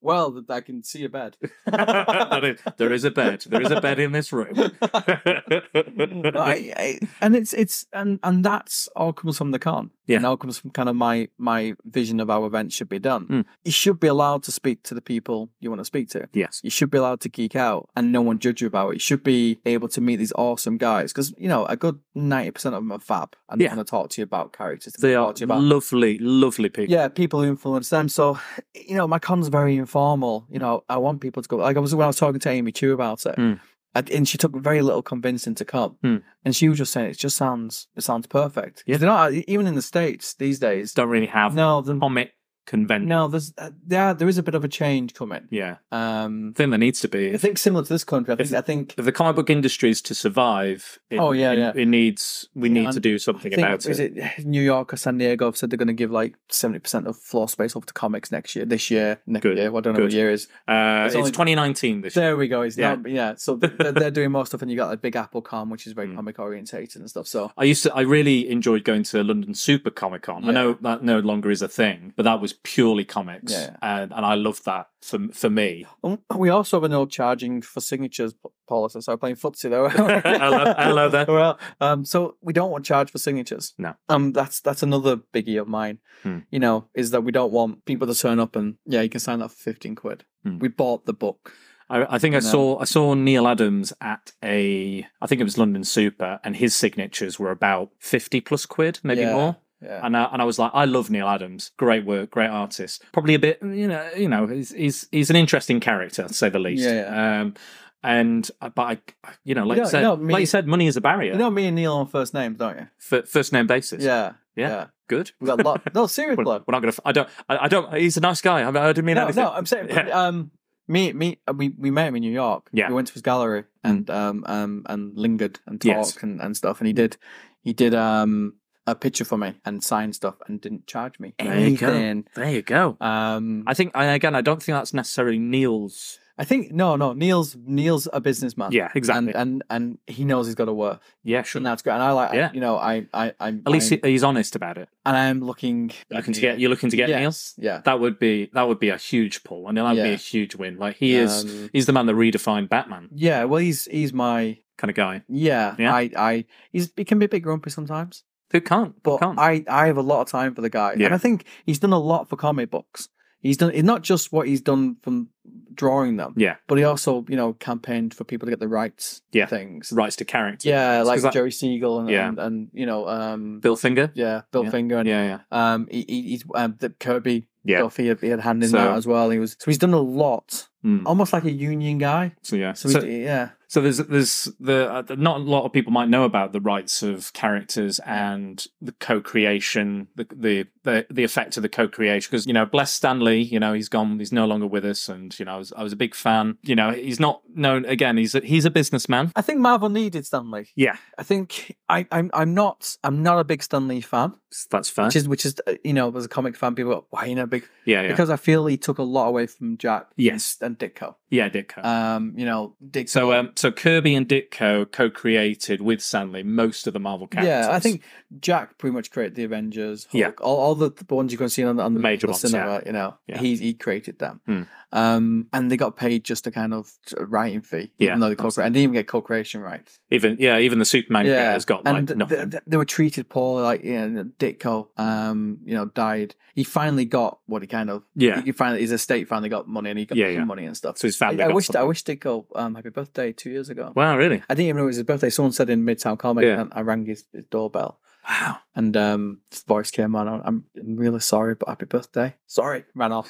F: well, th- I can see your bed.
E: there, is, there is a bed. There is a bed in this room.
F: I, I, and it's it's and and that's all comes from the con.
E: Yeah.
F: and all comes from kind of my my vision of how events should be done.
E: Mm.
F: You should be allowed to speak to the people you want to speak to.
E: yes.
F: You should be allowed to geek out and no one judge you about it. You should be able to meet these awesome guys because, you know, a good 90% of them are fab and
E: Yeah.
F: they're going to talk to you about characters.
E: They
F: gonna
E: are
F: talk to you about
E: lovely, lovely people.
F: yeah, people who influence them. So, you know, my con's very informal. You know, I want people to go. Like I was when I was talking to Amy Chu about it,
E: Mm.
F: and, and she took very little convincing to come,
E: Mm.
F: and she was just saying it just sounds it sounds perfect.
E: Yeah.
F: Yeah, they're not e, even in the states these days.
E: Don't really have
F: No, the,
E: comic convention.
F: no, there's uh, yeah, there is a bit of a change coming.
E: Yeah,
F: Um,
E: I think there needs to be.
F: I think similar to this country. I think
E: If-
F: I think
E: if the comic book industry is to survive, it,
F: Oh, yeah,
E: it,
F: yeah.
E: it needs we
F: Yeah,
E: need
F: and
E: to do something
F: I think-
E: about
F: is
E: it.
F: it New York or San Diego have said they're going to give like seventy percent of floor space over to comics next year? This year, next
E: Good,
F: year. Well, I don't know
E: good.
F: what year it is.
E: Uh, it's,
F: it's only-
E: 2019 this year.
F: There we go. It's
E: Yeah.
F: yeah. Not, yeah. So they're, they're doing more stuff, and you got like Big Apple Con, which is very
E: Mm.
F: comic orientated and stuff. So
E: I used to. I really enjoyed going to London Super Comic Con. I
F: Yeah.
E: know that no longer is a thing, but that was purely comics,
F: Yeah.
E: and and I loved that for for me.
F: and um, we also have an old charging for signatures p- policy. So we're playing footsie though.
E: Hello- hello there.
F: Well, um, so we don't want charge for signatures.
E: No.
F: Um, that's that's another biggie of mine.
E: Hmm.
F: You know, is that we don't want people to turn up and yeah, you can sign that for fifteen quid.
E: Hmm.
F: We bought the book.
E: I, I think I
F: No.
E: saw I saw Neil Adams at a I think it was London Super, and his signatures were about fifty plus quid, maybe
F: Yeah.
E: more.
F: Yeah.
E: And I, and I was like, I love Neil Adams. Great work, great artist. Probably a bit, you know, you know, he's he's, he's an interesting character, to say the least.
F: Yeah, yeah.
E: Um, and uh, but I, you know, like
F: You
E: you
F: know-
E: said,
F: you know, me-
E: like you said, money is a barrier.
F: You know me and Neil on first names, don't you?
E: Fir- first name basis.
F: Yeah.
E: Yeah. Good.
F: We got a lot. No,
E: We're,
F: seriously.
E: we're not gonna. I don't. I, I don't. He's a nice guy. I, I didn't mean
F: no,
E: anything.
F: no, I'm saying, but,
E: Yeah.
F: um, me, me, uh, we, we met him in New York.
E: Yeah. Hmm.
F: we went to his gallery and um, um, and lingered and talked
E: Yes.
F: and, and stuff. And he did, he He did um a picture for me and signed stuff and didn't charge me
B: There you go.
F: anything.
B: There you go.
F: Um,
E: I think, and again, I don't think that's necessarily Neil's.
F: I think no, no. Neil's Neil's a businessman.
E: Yeah, exactly.
F: Uh, And and and he knows he's got to work,
E: yeah, sure.
F: and that's great. And I like,
E: Yeah.
F: you know, I I I'm
E: At least
F: I'm,
E: he, he's honest about it.
F: and I'm looking
E: Looking to get, you're looking to get
F: Yeah.
E: Neil.
F: Yeah,
E: That would be that would be a huge pull, and that would be
F: Yeah.
E: a huge win. Like he is,
F: Um,
E: he's the man that redefined Batman
F: yeah. Well, he's he's my
E: kind of guy.
F: yeah.
E: Yeah.
F: I I he's he can be a bit grumpy sometimes,
E: Who can't? Who
F: but
E: can't?
F: I I have a lot of time for the guy,
E: Yeah.
F: and I think he's done a lot for comic books. He's done it's not just what he's done from drawing them,
E: yeah,
F: but he also you know campaigned for people to get the rights. to
E: Yeah.
F: things.
E: rights to character.
F: Yeah, like
E: 'Cause that-
F: Jerry Siegel and,
E: Yeah.
F: and and you know um
E: Bill Finger.
F: yeah Bill Finger and
E: Yeah, yeah,
F: Um, he, he, he's um, the Kirby
E: yeah.
F: stuff. He had, he had hand in
E: So-
F: that as well. He was so he's done a lot,
E: Mm.
F: almost like a union guy.
E: So yeah,
F: Oh, So,
E: so,
F: he's, yeah,
E: so there's there's the uh, not a lot of people might know about the rights of characters and the co-creation, the the the, the effect of the co-creation. Because you know, bless Stanley, you know he's gone, he's no longer with us, and you know I was I was a big fan. You know he's not known again. He's a, he's a businessman.
F: I think Marvel needed Stanley.
E: Yeah,
F: I think I, I'm I'm not I'm not a big Stanley fan,
E: that's fair.
F: which is which is uh, you know as a comic fan people are, why you not big
E: yeah, yeah.
F: because I feel he took a lot away from Jack.
E: Yes.
F: and Ditko.
E: yeah, Ditko.
F: Um, you know Ditko.
E: so um, so Kirby and Ditko co-created with Stanley most of the Marvel characters.
F: Yeah, I think Jack pretty much created the Avengers. Hulk,
E: Yeah.
F: all, all the, the ones you can see on, the- on the,
E: Major
F: the
E: ones,
F: cinema. You know,
E: Yeah.
F: he he created them,
E: Hmm.
F: um, and they got paid just a kind of writing fee.
E: Yeah,
F: even though they co- and they even get co-creation rights.
E: even yeah, even the Superman
F: yeah,
E: character's got like
F: and th-
E: nothing.
F: th- th- they were treated poorly. Like you know, Ditko, um, you know, died. He finally got what he kind of
E: yeah,
F: He finally his estate finally got money, and he got
E: Yeah,
F: some
E: yeah.
F: money and stuff.
E: so his
F: I,
E: family.
F: I
E: got
F: wish I
E: something.
F: wish Ditko um, happy birthday two years ago.
E: Wow, really?
F: I didn't even know it was his birthday. Someone said in Midtown Comic,
E: Yeah.
F: and I rang his, his doorbell.
E: Wow.
F: And um, his voice came on. I'm, I'm really sorry, but happy birthday. Sorry, ran off.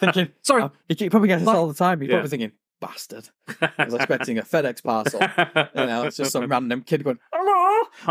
F: thinking,
E: Sorry.
F: oh, you, you probably get this all the time. You're
E: Yeah.
F: probably thinking, bastard. I was expecting a FedEx parcel. You know, it's just some random kid going,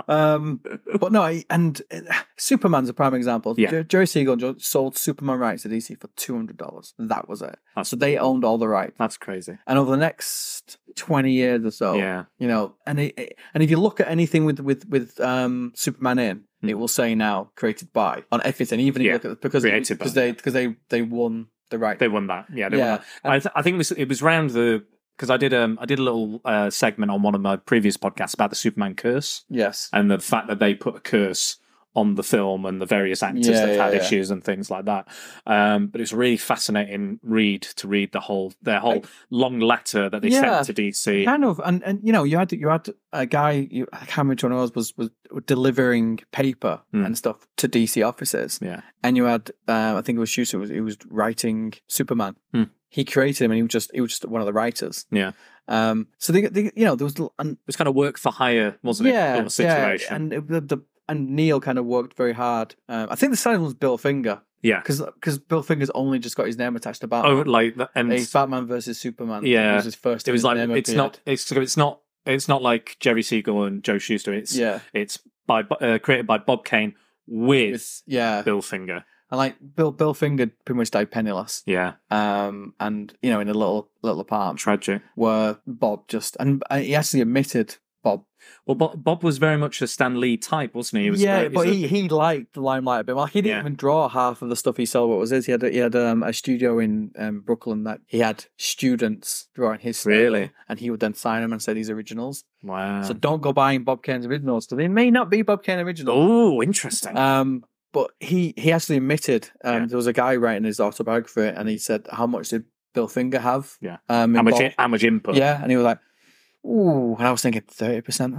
F: um, but no, I, and uh, Superman's a prime example.
E: Yeah.
F: Jer- Jerry Siegel jo- sold Superman rights to DC for two hundred dollars. That was it.
E: That's-
F: so they owned all the rights.
E: That's crazy.
F: And over the next twenty years or so,
E: Yeah.
F: you know and it, it- and if you look at anything with with with um superman in
E: Hmm.
F: it will say now created by on everything even if
E: Yeah,
F: you look at because
E: created by.
F: because they because they they won the right
E: They won that. Yeah, they won
F: yeah
E: that. I, th- I think it was, it was round the because I did um I did a little uh, segment on one of my previous podcasts about the Superman curse
F: yes
E: and the fact that they put a curse on the film and the various actors
F: Yeah,
E: that
F: yeah,
E: had
F: yeah.
E: issues and things like that. Um, but it's a really fascinating read to read the whole their whole long letter that they
F: Yeah.
E: sent to DC.
F: kind of and and you know you had you had a guy you, I can't remember which one it was was was delivering paper
E: Hmm.
F: and stuff to dc offices
E: Yeah.
F: and you had um, i think it was schuster who was, who was writing superman
E: Hmm.
F: he created him and he was just he was just one of the writers
E: Yeah.
F: um so they, they you know there was l- and
E: It was kind of work for hire, wasn't it?
F: yeah,
E: Sort of situation.
F: Yeah, and it, the, the and Neil kind of worked very hard. Um, I think the second one was Bill Finger
E: Yeah.
F: because Bill Finger's only just got his name attached to
E: Oh,
F: Batman.
E: like the, and
F: It's Batman versus Superman.
E: Yeah.
F: it was his first.
E: it
F: time
E: was
F: his
E: like
F: name
E: it's
F: appeared.
E: not it's so it's not it's not like Jerry Siegel and Joe Shuster. It's
F: Yeah,
E: it's by uh, created by Bob Kane with
F: it's yeah,
E: Bill Finger.
F: and like Bill Bill Finger pretty much died penniless.
E: Yeah,
F: Um, and you know in a little little apartment
E: tragic.
F: where Bob just and uh, he actually admitted Bob.
E: Well, Bob, Bob was very much a Stan Lee type, wasn't he? he was, uh,
F: yeah,
E: he's
F: but
E: a-
F: he, he liked the limelight a bit. Like he didn't
E: Yeah.
F: even draw half of the stuff he sold. What was his? He had a, he had um, a studio in um, Brooklyn that he had students drawing his stuff,
E: Really? Ah.
F: and he would then sign them and say these originals.
E: wow.
F: So don't go buying Bob Kane's originals. So they may not be Bob Kane originals.
E: oh, interesting.
F: Um, but he he actually admitted um,
E: Yeah.
F: there was a guy writing his autobiography, and he said how much did Bill Finger have?
E: Yeah.
F: um,
E: how
F: in
E: much?
F: Bob-
E: in- How much input?
F: yeah, and he was like, "Ooh," and I was thinking thirty percent,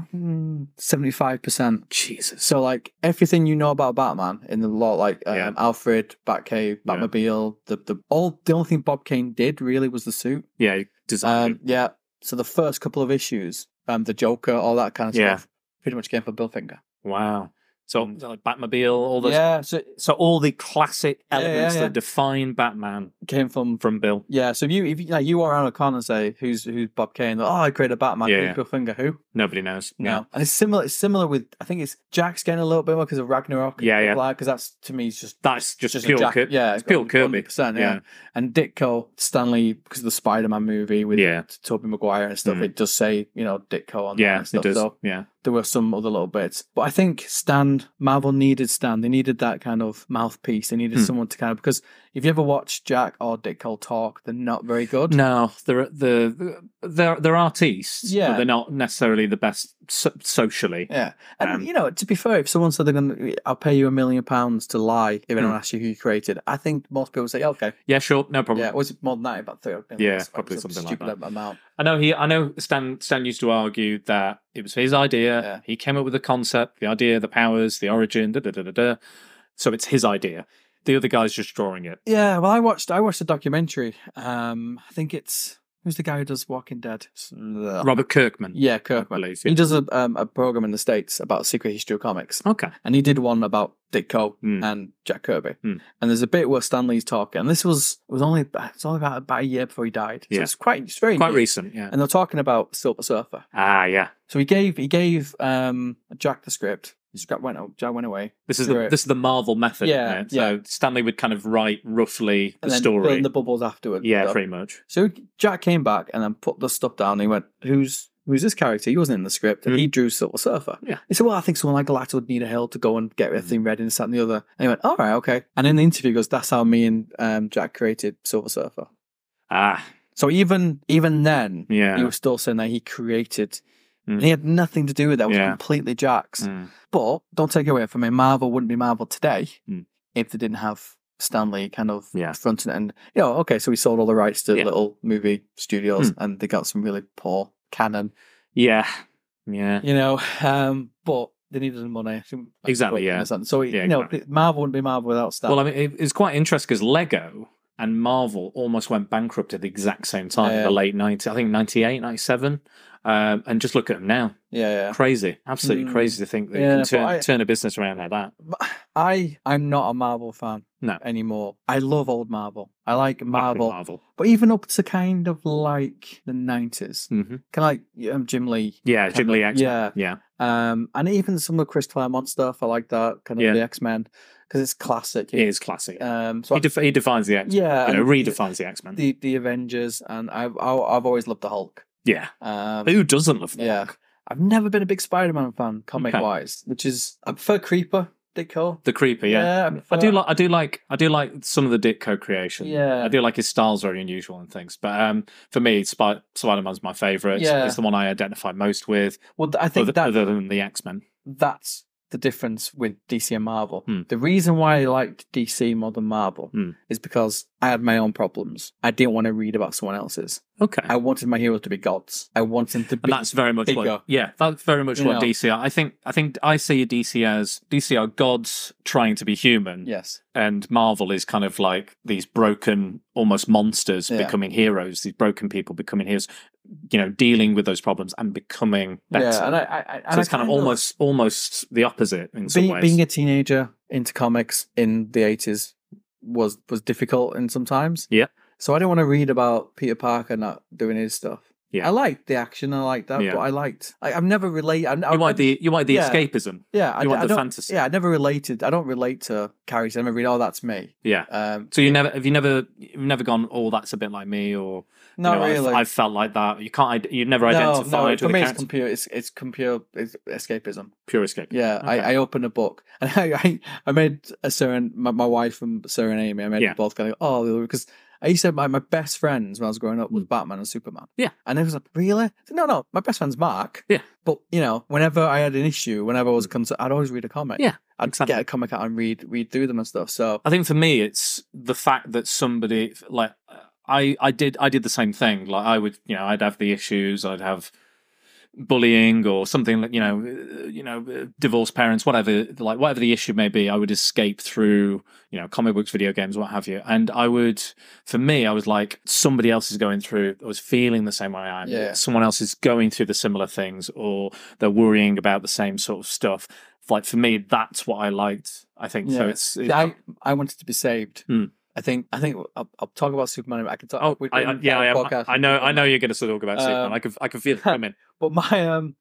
F: seventy five percent.
E: Jesus.
F: So like everything you know about Batman in the lot, like um,
E: Yeah.
F: Alfred, Batcave,
E: Yeah.
F: Batmobile, the the all the only thing Bob Kane did really was the suit.
E: Yeah, he designed.
F: Um, yeah. So the first couple of issues, um, the Joker, all that kind of
E: Yeah.
F: stuff, pretty much came from Bill Finger.
E: it. wow. So like Batmobile, all those.
F: mm. yeah, so it
E: So all the classic
F: Yeah, yeah,
E: elements
F: yeah.
E: that define Batman
F: came from.
E: from Bill.
F: Yeah, so if you if you, like, you walk around a corner and say who's who's Bob Kane, They're, oh I created Batman,
E: Yeah,
F: who's
E: yeah.
F: Bill Finger, who?
E: Nobody knows.
F: No, and it's similar. It's similar with I think it's Jack's getting a little bit more because of Ragnarok.
E: Yeah, yeah.
F: because that's to me is just
E: That's just,
F: just, a
E: pure
F: Jack-
E: Kir-
F: yeah,
E: it's pure Kirby.
F: 100%, yeah.
E: Yeah.
F: And Ditko, Stanley, because of the Spider Man movie with
E: Yeah.
F: Tobey Maguire and stuff,
E: Mm.
F: it does say, you know, Ditko on there
E: Yeah,
F: and stuff.
E: it does.
F: So
E: Yeah.
F: There were some other little bits, but I think Stan Marvel needed Stan. They needed that kind of mouthpiece. They needed
E: Hmm.
F: someone to kind of because if you ever watch Jack or Dick Cole talk, they're not very good.
E: No, they're the they're they're artists.
F: Yeah.
E: but they're not necessarily the best so- socially.
F: Yeah, and
E: Um,
F: you know, to be fair, if someone said they're gonna, I'll pay you a million pounds to lie if
E: Hmm.
F: anyone asks you who you created, I think most people say, okay,
E: Yeah, sure, no problem.
F: yeah, was it more than that? About three,
E: Yeah, probably something like that.
F: amount.
E: I know he. I know Stan. Stan used to argue that it was his idea.
F: Yeah.
E: He came up with the concept, the idea, the powers, the origin. Da da da da da. So it's his idea. The other guy's just drawing it.
F: Yeah, well, I watched, I watched a documentary. Um, I think it's who's the guy who does Walking Dead? It's-
E: Robert Kirkman.
F: Uh, Yeah, Kirkman.
E: believe, yeah.
F: He does a um, a program in the states about secret history of comics.
E: Okay.
F: and he did one about Dick Cole
E: Hmm.
F: and Jack Kirby.
E: Hmm.
F: And there's a bit where Stanley's talking, and this was it was only it's only about about a year before he died. So
E: Yeah.
F: it's quite it's very
E: Quite
F: new.
E: recent. Yeah.
F: And they're talking about Silver Surfer.
E: Ah, yeah.
F: So he gave he gave um, Jack the script. The script went out- Jack went away.
E: This is
F: Right.
E: the this is the Marvel method.
F: Yeah,
E: isn't it? So Stanley would kind of write roughly the
F: and then
E: story.
F: building the bubbles afterwards.
E: yeah,
F: So-
E: pretty much.
F: So Jack came back and then put the stuff down. And he went, "Who's who's this character? He wasn't in the script. And
E: Mm.
F: He drew Silver Surfer."
E: Yeah.
F: He said, "Well, I think someone like Galactus would need a hill to go and get everything ready and this that and the other." And he went, "All right, okay." And in the interview, he goes, "That's how me and um, Jack created Silver Surfer."
E: Ah,
F: So even even then,
E: yeah.
F: he was still saying that he created.
E: Mm.
F: And he had nothing to do with that. It was
E: Yeah.
F: completely Jack's.
E: Mm.
F: But don't take it away from me. Marvel wouldn't be Marvel today
E: Mm.
F: if they didn't have Stanley kind of
E: Yeah.
F: fronting it. And you know, okay, so we sold all the rights to
E: Yeah. Hmm.
F: little movie studios, and they got some really poor canon.
E: Yeah. Yeah.
F: You know, um, but they needed the money.
E: Exactly, yeah.
F: So
E: Yeah,
F: you know,
E: exactly.
F: Marvel wouldn't be Marvel without Stan.
E: Well, I mean, it, it's quite interesting because Lego and Marvel almost went bankrupt at the exact same time in
F: Yeah.
E: the late 90s, I think 98, 97. Um, and just look at them now.
F: yeah, yeah.
E: Crazy. Absolutely
F: Mm.
E: crazy to think that
F: Yeah,
E: you can
F: but
E: turn,
F: I-
E: turn a business around like that.
F: But I I'm not a Marvel fan
E: No.
F: anymore. I love old Marvel. I like Marvel,
E: Marvel.
F: but even up to kind of like the nineties,
E: hmm
F: kind of like um, Jim Lee.
E: Yeah,
F: kind
E: Jim
F: of-
E: Lee X. Yeah.
F: Yeah.
E: yeah.
F: Um, and even some of Chris Claremont stuff, I like that kind of
E: Yeah.
F: the X Men because it's classic.
E: It is classic.
F: Um, so
E: he,
F: I-
E: def- he defines the X
F: yeah,
E: you know,
F: and
E: redefines the X Men.
F: the the Avengers, and I've I- I've always loved the Hulk.
E: yeah.
F: Um,
E: Who doesn't love
F: yeah,
E: Hulk?
F: I've never been a big Spider Man fan, comic wise, which is I prefer Creeper, Dick Cole.
E: The Creeper, yeah.
F: Yeah, I
E: I
F: prefer-
E: do like I do like I do like some of the Dick co creation.
F: Yeah.
E: I do like his style's very unusual and things. But um for me Spider Spider Man's my favourite.
F: Yeah.
E: It's the one I identify most with.
F: Well, I think
E: other,
F: that
E: other than Oh, the X Men.
F: that's the difference with DC and Marvel.
E: Hmm.
F: The reason why I liked DC more than Marvel
E: Hmm.
F: is because I had my own problems. I didn't want to read about someone else's.
E: Okay.
F: I wanted my heroes to be gods. I wanted them to be.
E: and that's very much
F: bigger.
E: what yeah, that's very much
F: You
E: what
F: know.
E: DC are. I think I think I see DC as DC are gods trying to be human.
F: yes.
E: And Marvel is kind of like these broken almost monsters
F: Yeah.
E: becoming heroes, these broken people becoming heroes, you know, dealing with those problems and becoming better.
F: Yeah, and I, I, I, and
E: so
F: I
E: it's kind of
F: kinda-
E: almost almost the opposite in some
F: being,
E: ways.
F: being a teenager into comics in the eighties was was difficult and sometimes.
E: Yeah.
F: So I didn't want to read about Peter Parker not doing his stuff.
E: Yeah.
F: I liked the action. I liked that,
E: Yeah.
F: but I liked. I, I've never related. I, I,
E: you want the you want the
F: yeah.
E: escapism.
F: yeah. I,
E: you want
F: I
E: the
F: don't-
E: fantasy.
F: Yeah, I never related. I don't relate to characters. I never read. Oh, that's me.
E: Yeah.
F: Um,
E: So you never have you never you've never gone, oh, that's a bit like me, or you
F: not
E: know, I've-
F: really.
E: I've, felt like that. You can't. id- You've never
F: no,
E: identified
F: no.
E: with
F: For
E: the
F: me, it's
E: character.
F: computer. It's it's computer it's escapism.
E: Pure escape.
F: Yeah,
E: Okay.
F: I, I opened a book and I I, I made a Sarah and my, my wife and Sarah and Amy. I made
E: Yeah.
F: them both go oh because I used to have my, my best friends when I was growing up was Batman and Superman.
E: Mm. Yeah.
F: and it was like really I said, no no my best friend's Mark.
E: Yeah. Mm.
F: but you know whenever I had an issue whenever I was concerned I'd always read a comic.
E: Yeah,
F: I'd
E: exactly.
F: get a comic out and read read through them and stuff. So
E: I think for me, it's the fact that somebody like I I did I did the same thing. Like I would you know I'd have the issues. I'd have bullying or something like you know uh, you know uh, divorced parents whatever like whatever the issue may be i would escape through you know comic books video games what have you and i would for me i was like somebody else is going through i was feeling the same way i am
F: Yeah.
E: someone else is going through the similar things or they're worrying about the same sort of stuff like for me that's what i liked i think so
F: Yeah.
E: it's,
F: See,
E: it's
F: I I wanted to be saved.
E: Hmm.
F: I think I think I'll, I'll talk about Superman. I can talk.
E: Oh,
F: we-
E: I,
F: we
E: I-
F: can
E: yeah,
F: have
E: I,
F: a
E: am.
F: podcast
E: I
F: on
E: know. I
F: Superman.
E: know you're going to talk about Superman.
F: Um,
E: I can, I can feel it coming.
F: But my um,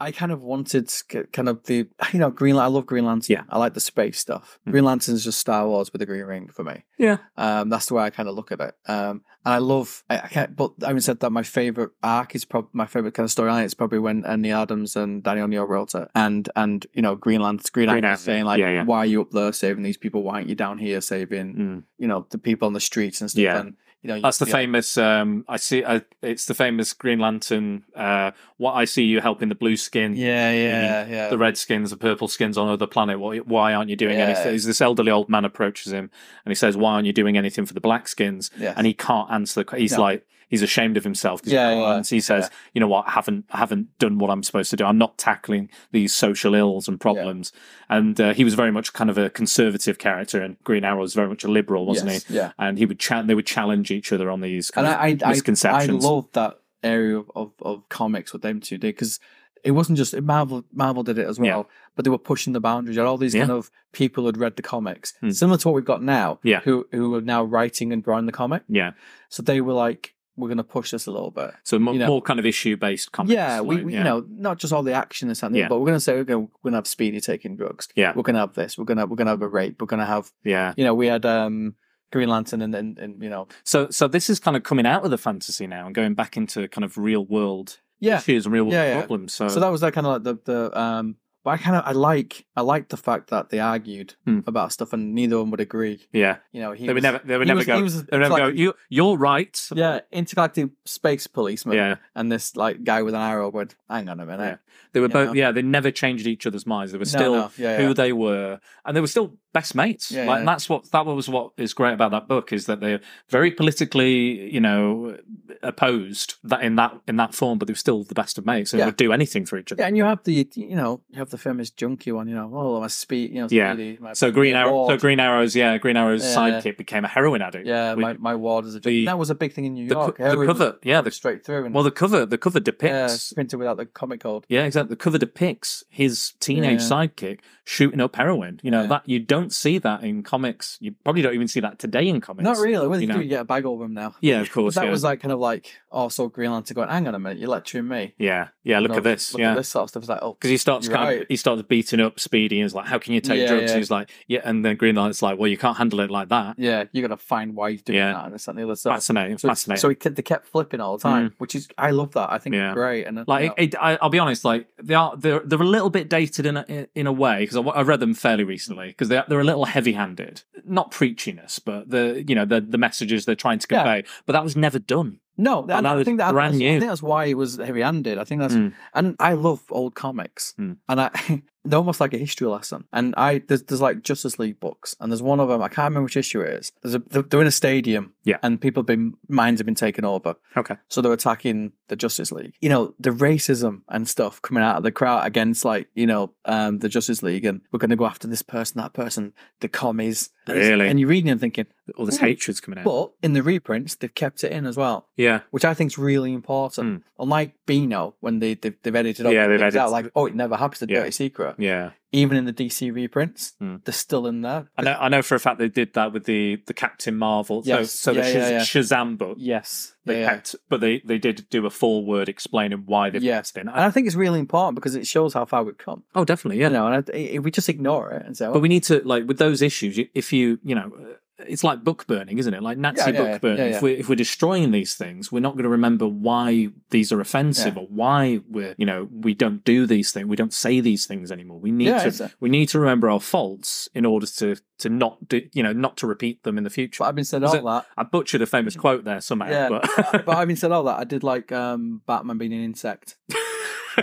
F: I kind of wanted k- kind of the you know Green Lan- I love Green Lantern.
E: Yeah.
F: I like the space stuff.
E: Mm.
F: Green Lantern's just Star Wars with a green ring for me.
E: Yeah.
F: Um, that's the way I kind of look at it. Um, and I love. I, I can't. But having said that, my favorite arc is probably my favorite kind of storyline. It's probably when Andy Adams and Daniel Neal wrote it, and and you know Green Lantern, Green,
E: Green
F: Lantern
E: Lantern.
F: saying like,
E: Yeah, yeah.
F: why are you up there saving these people? Why aren't you down here saving
E: Mm.
F: you know the people on the streets and stuff?
E: Yeah.
F: And, you know, you
E: That's the
F: feel-
E: famous. Um, I see. Uh, it's the famous Green Lantern. Uh, what I see you helping the blue skin.
F: Yeah, yeah, yeah.
E: the red skins, the purple skins on other planet. Why, why aren't you doing
F: Yeah.
E: anything? This elderly old man approaches him and he says, "Why aren't you doing anything for the black skins?"
F: Yes.
E: And he can't answer. The, que- he's
F: No.
E: like he's ashamed of himself. 'cause he
F: Yeah,
E: can't
F: yeah,
E: answer. he says, "You know what? I haven't I haven't done what I'm supposed to do. I'm not tackling these social ills and problems." And uh, he was very much kind of a conservative character, and Green Arrow was very much a liberal, wasn't
F: Yes,
E: he?
F: Yeah.
E: And he would cha- they would challenge each other on these kind of
F: and I, I, I, I
E: misconceptions.
F: love that area of, of, of comics what them two did because it wasn't just Marvel. Marvel did it as well,
E: Yeah.
F: but they were pushing the boundaries. You had all these kind of people who'd read the comics,
E: Hmm.
F: similar to what we've got now,
E: Yeah.
F: who who are now writing and drawing the comic.
E: yeah,
F: So they were like, "We're going to push this a little bit."
E: so mo-
F: You know-
E: more kind of issue based comics.
F: yeah, we,
E: like,
F: we-
E: yeah.
F: you know not just all the action and something,
E: Yeah.
F: but we're going to say we're going to have Speedy taking drugs.
E: Yeah.
F: we're going to have this. We're going to we're going to have a rape. We're going to have
E: yeah.
F: you know we had um Green Lantern and and, and you know
E: So, so this is kind of coming out of the fantasy now and going back into kind of real world
F: yeah
E: issues and real world
F: Yeah, yeah.
E: problems. So,
F: so that was that kind of like the the um but i kind of i like i like the fact that they argued
E: Hmm.
F: about stuff and neither one would agree
E: yeah,
F: you know he
E: they would
F: was-
E: never, they would
F: he
E: never
F: was-
E: go,
F: he was
E: they would never go.
F: like-
E: You, you're right.
F: yeah intergalactic space policeman
E: yeah.
F: and this like guy with an arrow would hang on a minute
E: They were
F: Yeah.
E: both. Yeah, they never changed each other's minds. They were
F: No,
E: still
F: no, yeah,
E: who
F: yeah.
E: they were, and they were still best mates.
F: Yeah,
E: like,
F: yeah.
E: And that's what that was what is great about that book is that they're very politically, you know, opposed that in that in that form, but they were still the best of mates and
F: Yeah.
E: would do anything for each other.
F: yeah, and you have the you know you have the famous junkie one you know oh my speed you know
E: Yeah.
F: speedy, my,
E: So Green
F: my
E: Arrow, so
F: ward.
E: Green Arrow's yeah, Green Arrow's
F: Yeah.
E: sidekick became a heroin addict.
F: yeah
E: with-
F: my, my ward is a junkie
E: the-
F: that was a big thing in New
E: the, co-
F: York
E: the
F: Heroin was
E: cover, yeah, the,
F: straight through and
E: well, the cover, the cover
F: yeah,
E: depicts,
F: printed without the comic code
E: yeah, exactly. The cover depicts his teenage
F: Yeah.
E: sidekick shooting up heroin. You know
F: Yeah.
E: that you don't see that in comics. You probably don't even see that today in comics.
F: not really well
E: you
F: you
E: know.
F: do you get a bag over them now
E: Yeah, of course.
F: But that
E: yeah.
F: was like kind of like oh, so Green Lantern going, hang on a minute, you're lecturing me.
E: yeah, yeah. Look
F: You
E: at
F: know,
E: this.
F: Look
E: yeah.
F: at this sort of stuff. It's like, oh,
E: Because he starts
F: You're
E: kind of,
F: right.
E: he starts beating up Speedy and he's like, "How can you take
F: Yeah,
E: drugs?"
F: yeah.
E: And he's like, "Yeah," and then Green Lantern's like, "Well, you can't handle it like that."
F: yeah, you got to find why he's doing
E: Yeah.
F: that and this and the other stuff.
E: Fascinating,
F: So,
E: fascinating.
F: so he kept, they kept flipping all the time, which is I love that. I think
E: Mm. Yeah.
F: it's great. And uh,
E: Like
F: you know,
E: it, I, I'll be honest, like they are they're, they're a little bit dated in a, in a way because I, I read them fairly recently because they're they're a little heavy handed, not preachiness, but the you know the the messages they're trying to
F: Yeah.
E: convey. But that was never done.
F: no,
E: that
F: and I
E: was
F: think that
E: brand
F: that's,
E: new.
F: I think that's why he was heavy-handed. I think that's
E: Mm.
F: and I love old comics,
E: Mm.
F: and I they're almost like a history lesson. And I there's, there's like Justice League books, and there's one of them I can't remember which issue it is. There's a, they're, they're in a stadium,
E: Yeah.
F: and people have been minds have been taken over,
E: Okay.
F: So they're attacking the Justice League. You know, the racism and stuff coming out of the crowd against like, you know, um, the Justice League and we're gonna go after this person, that person, the commies. And it's-
E: Really?
F: And you're reading and thinking,
E: All this
F: Yeah.
E: hatred's coming out.
F: but in the reprints, they've kept it in as well.
E: yeah,
F: Which I think is really important. Unlike Beano, when they, they've, they've edited up,
E: Hmm. Yeah, they've
F: things out
E: edited-
F: like, oh, it never happens to
E: Yeah.
F: Dirty Secret.
E: yeah.
F: Even in the DC reprints,
E: Mm.
F: they're still in there.
E: I know. I know for a fact they did that with the the Captain Marvel.
F: Yes.
E: So so the
F: Yeah, yeah,
E: Shaz- Shazam book.
F: Yes.
E: They
F: yeah.
E: kept, but they, they did do a foreword explaining why they've
F: Yes.
E: kept it.
F: And I think it's really important because it shows how far we've come.
E: oh, definitely, yeah.
F: You know, and I, if we just ignore it and say, oh,
E: But we need to like with those issues. you- If you you know, uh, it's like book burning, isn't it? Like Nazi
F: yeah,
E: book
F: yeah,
E: burning.
F: yeah, yeah.
E: If we if we're destroying these things, we're not going to remember why these are offensive or why we're you know we don't do these things, we don't say these things anymore. We need
F: Yeah, it's
E: to
F: a-
E: we need to remember our faults in order to to not do you know not to repeat them in the future.
F: but having said
E: Was
F: all
E: it-
F: that,
E: I butchered a famous quote there somehow,
F: Yeah,
E: but
F: but having said all that, I did like um, Batman being an insect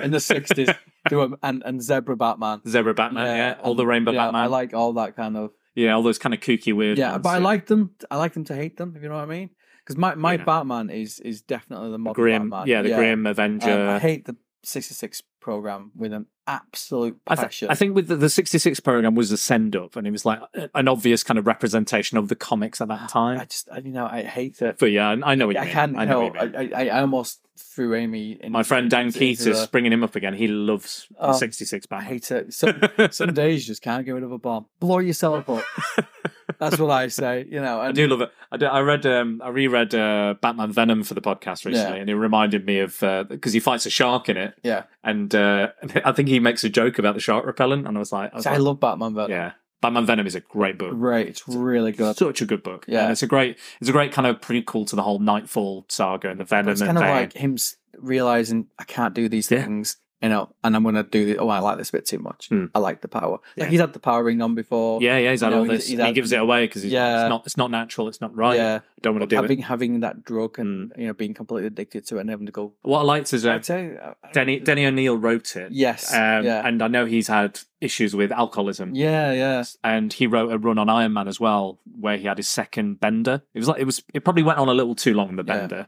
F: in the sixties, and and zebra Batman,
E: Zebra Batman, yeah, all the
F: and,
E: Rainbow
F: you know,
E: Batman,
F: um, I like all that kind of
E: yeah, all those kind of kooky weird.
F: yeah,
E: ones,
F: but I like them. I like them to hate them. If you know what I mean? Because my, my
E: Yeah.
F: Batman is is definitely the modern
E: grim,
F: Batman.
E: yeah, the grim
F: Um,
E: Avenger.
F: I hate the sixty six program with an absolute
E: I, thi-
F: passion.
E: I think with the, the 66 program was a send up, and it was like a- an obvious kind of representation of the comics at that time.
F: Ah, I just I, you know I hate it.
E: but yeah, I I know what you
F: I
E: mean.
F: can't
E: I know
F: know.
E: what you mean.
F: I, I I almost threw Amy. In,
E: My friend Dan
F: into- into
E: Keatis,
F: the-
E: bringing him up again, he loves the
F: Oh,
E: 66
F: I
E: back.
F: hate it. So, Some days you just can't get rid of a bomb. Blow yourself up. That's what I say. You know,
E: I
F: and
E: do love it. I, do- I read, um, I reread uh, Batman Venom for the podcast recently,
F: Yeah.
E: and it reminded me of because he fights a shark in it,
F: yeah,
E: and uh, I think he makes a joke about the shark repellent, and I was like, I, was
F: See, I
E: like,
F: love Batman. But
E: yeah, Batman Venom is a great book.
F: great, it's really good.
E: Such a good book.
F: Yeah.
E: And it's a great, it's a great kind of prequel to the whole Nightfall saga and the Venom.
F: It's
E: and
F: kind of
E: Bane.
F: like him s- realizing I can't do these
E: Yeah.
F: things, you know, and I'm gonna do. The, oh, I like this bit too much.
E: Hmm.
F: I like the power.
E: Yeah.
F: Like he's had the power ring on before.
E: yeah, yeah, he's had
F: you know,
E: all
F: he's-
E: this.
F: he's
E: and he
F: had-
E: gives it away because
F: Yeah.
E: it's not, it's not natural. It's not right.
F: yeah.
E: Don't want to do it. Hmm.
F: having having that drug and you know being completely addicted to it and having to go.
E: What I liked is uh,
F: I'd say, uh,
E: Denny, Denny O'Neill wrote it.
F: Yes.
E: Um,
F: yeah.
E: And I know he's had issues with alcoholism.
F: yeah. Yeah.
E: and he wrote a run on Iron Man as well, where he had his second bender. It was like it was it probably went on a little too long the
F: Yeah.
E: bender,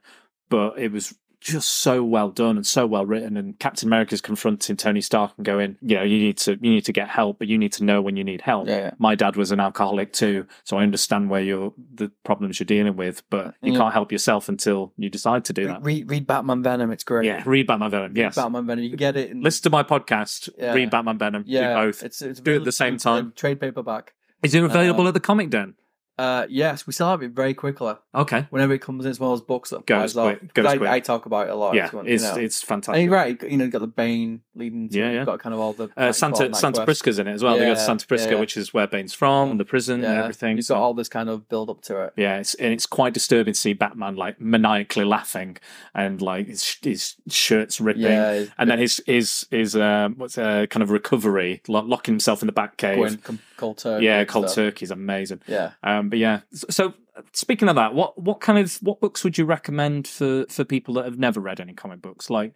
E: but it was just so well done and so well written. And Captain America's confronting Tony Stark and going, you know, you need to you need to get help, but you need to know when you need help.
F: Yeah, yeah.
E: My dad was an alcoholic too, so I understand where you're the problems you're dealing with, but you
F: Yeah.
E: can't help yourself until you decide to do that.
F: Read, read Batman Venom. It's great.
E: yeah, read Batman Venom. Yes,
F: Batman Venom. You can get it. In,
E: listen to my podcast.
F: Yeah.
E: Read Batman Venom.
F: yeah, uh,
E: do both.
F: It's, it's
E: Do it at
F: available-
E: the same
F: it's a
E: time.
F: Trade paperback.
E: Is it available at the Comic Den?
F: Uh, yes, we still have it very quickly.
E: Okay.
F: Whenever it comes in, it's one of those books that
E: Goes
F: applies a lot.
E: quick, goes
F: 'Cause I,
E: quick.
F: I talk about it a lot.
E: Yeah,
F: one, you
E: it's
F: know.
E: it's
F: And
E: fantastic.
F: you're right. You know, you've got the Bane leading. To,
E: Yeah, yeah.
F: You've got kind of all the
E: Uh,
F: Nightfall,
E: Santa
F: Night
E: Santa
F: Quest.
E: Prisca's in it as well. they go to
F: Yeah,
E: Santa Prisca,
F: yeah.
E: which is where Bane's from, and the prison and
F: Yeah.
E: everything.
F: You've
E: so-
F: got all this kind of build up to it.
E: yeah, it's and it's quite disturbing to see Batman like maniacally laughing and like his, his shirts ripping,
F: Yeah, it's-
E: and then his his his um, what's uh, kind of recovery, lo- locking himself in the Batcave.
F: Going com- cold turkey.
E: yeah,
F: and
E: cold
F: stuff.
E: turkey is amazing.
F: Yeah.
E: Um, but yeah, so, so uh, speaking of that, what what kind of what books would you recommend for for people that have never read any comic books? Like,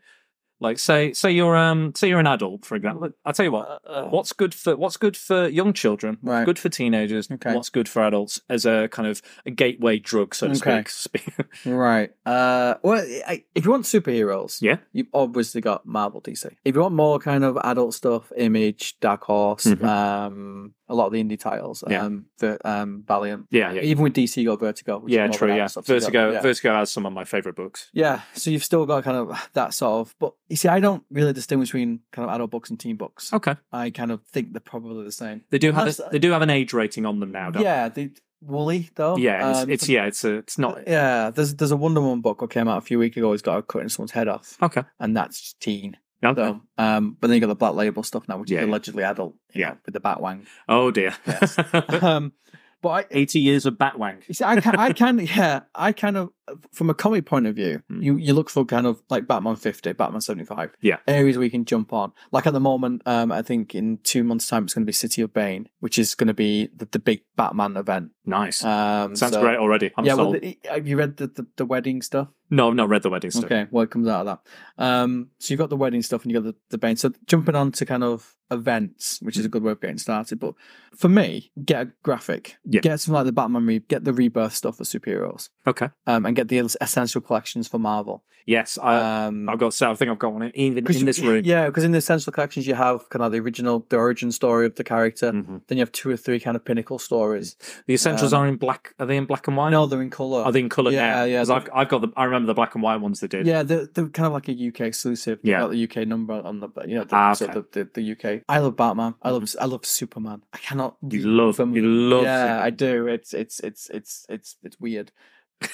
E: like say say you're um say you're an adult, for example. I'll tell you what, what's good for what's good for young children, what's
F: Uh, Right.
E: good for teenagers,
F: Okay.
E: what's good for adults as a kind of a gateway drug, so to
F: Okay.
E: speak.
F: Right. Uh, well, I, if you want superheroes,
E: Yeah.
F: you've obviously got Marvel, DC. If you want more kind of adult stuff, Image, Dark Horse,
E: Mhm.
F: um, a lot of the indie titles,
E: Yeah.
F: um, the, um, Valiant.
E: yeah, yeah,
F: Even with DC, you got Vertigo. Which is
E: yeah,
F: more of
E: true.
F: an
E: Yeah,
F: adult stuff, so you got-
E: Vertigo.
F: yeah.
E: Vertigo has some of my favorite books.
F: Yeah, so you've still got kind of that sort of, but you see, I don't really distinguish between kind of adult books and teen books.
E: Okay,
F: I kind of think they're probably the same.
E: they do have
F: Unless-
E: a, they do have an age rating on them now. Don't
F: uh, Yeah, they woolly though.
E: they? yeah, it's,
F: Um,
E: it's yeah, it's a, it's not
F: Oh, yeah. There's there's a Wonder Woman book that came out a few weeks ago. He's got a cutting someone's head off,
E: okay.
F: and that's teen.
E: okay.
F: So, um, but then you got the black label stuff now, which
E: Yeah,
F: is
E: yeah.
F: allegedly adult. you
E: Yeah.
F: know, with the batwang.
E: Oh dear.
F: Yes. um, but I,
E: Eighty years of Batwang.
F: You see, I can, I can, yeah, I kind of, from a comic point of view,
E: Hmm.
F: you, you look for kind of like Batman 50, Batman 75.
E: Yeah.
F: Areas we can jump on. Like at the moment, um, I think in two months' time, it's going to be City of Bane, which is going to be the, the big Batman event.
E: Nice.
F: Um,
E: Sounds
F: so-
E: great already. I'm
F: yeah, well,
E: sold.
F: the, have you read the, the, the wedding stuff?
E: No, I've not read the wedding stuff.
F: Okay, well, it comes out of that. Um, so you've got the wedding stuff and you've got the, the Bane. So jumping on to kind of events, which is a good way of getting started. But for me, get a graphic.
E: Yeah.
F: Get something like the Batman, re- get the rebirth stuff for superheroes
E: Okay.
F: um, and get the essential collections for Marvel.
E: Yes, I,
F: Um,
E: I've got. So I think I've got one even
F: 'cause
E: Uh, in this room.
F: yeah, because in the essential collections you have kind of the original, the origin story of the character.
E: Mhm.
F: Then you have two or three kind of pinnacle stories.
E: The essentials
F: Um,
E: are in black. Are they in black and white?
F: I know they're in color.
E: Are they in colour?
F: Yeah, yeah,
E: Because
F: the-
E: I've, I've got the. I remember the black and white ones they did.
F: yeah, they're, they're kind of like a UK exclusive. They've
E: Yeah.
F: got the UK number on the you know the,
E: Ah,
F: so
E: okay. Mm-hmm.
F: the, the, the UK. I love Batman. I love I love Superman. I cannot.
E: You
F: leave
E: love.
F: them.
E: You love.
F: yeah, I do. It's it's it's it's it's it's weird.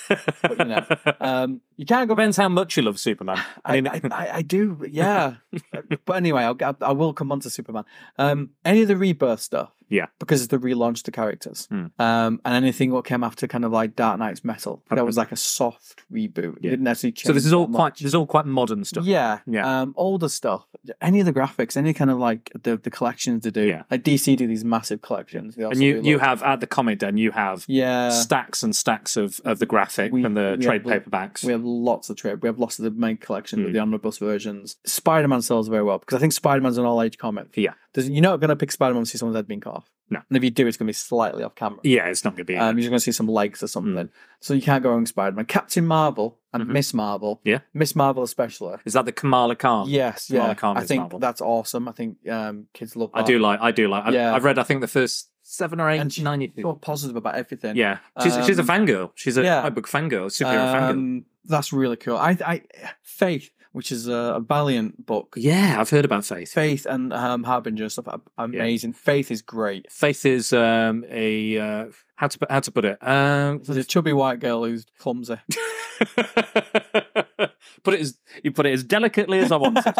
F: but, you know, Um, you can't go
E: Depends how much you love Superman.
F: I,
E: mean-
F: I, I, I do, yeah. Uh, but anyway, I'll, I'll- I will come on to Superman. Um, any of the rebirth stuff,
E: Yeah.
F: because they relaunched the characters,
E: Hmm.
F: um, and anything what came after, kind of like Dark Knight's Metal, that
E: Okay.
F: was like a soft reboot. It
E: Yeah.
F: didn't actually change.
E: so this is all
F: that much.
E: quite. This is all quite modern stuff.
F: Yeah,
E: Yeah.
F: Um, older stuff. Any of the graphics, any kind of like the, the collections they do.
E: Yeah.
F: Like DC do these massive collections. They also
E: and you
F: do
E: you
F: loads.
E: have at the comic den you have
F: yeah.
E: stacks and stacks of of the graphic
F: We-
E: and the
F: we
E: trade
F: have-
E: paperbacks.
F: We have lots of trade. We have lots of the main collection, but
E: Mm.
F: the omnibus versions. Spider Man sells very well because I think Spider Man's an all age comic.
E: Yeah.
F: There's, you're not going to pick Spider Man and see someone's head being cut off.
E: No.
F: And if you do, it's going to be slightly off camera.
E: yeah, Hmm. it's not going to be.
F: Um, you're going to see some legs or something. So you can't go wrong with Spider Man. Captain Marvel and
E: Mhm.
F: Miss Marvel.
E: Yeah.
F: Miss Marvel, especily.
E: is that the Kamala Khan?
F: yes.
E: Kamala
F: Yeah.
E: Khan
F: I
E: is
F: think
E: Marvel.
F: that's awesome. I think um, kids love that.
E: I do like. I do like. I've,
F: Yeah.
E: I've read. I think the first seven or eight.
F: And she-
E: 90
F: So positive about everything.
E: Yeah, she's she's a
F: Um,
E: fangirl. She's a
F: yeah.
E: comic book fangirl, superhero fangirl.
F: Um, that's really cool. I, I, Faith, which is a, a Valiant book.
E: Yeah, I've heard about Faith.
F: Faith and um, Harbinger and stuff are are
E: Yeah.
F: amazing. Faith is great.
E: Faith is um, a uh, how to put, how to put it. Um,
F: So there's a chubby white girl who's clumsy.
E: put it as you put it as delicately as I wanted.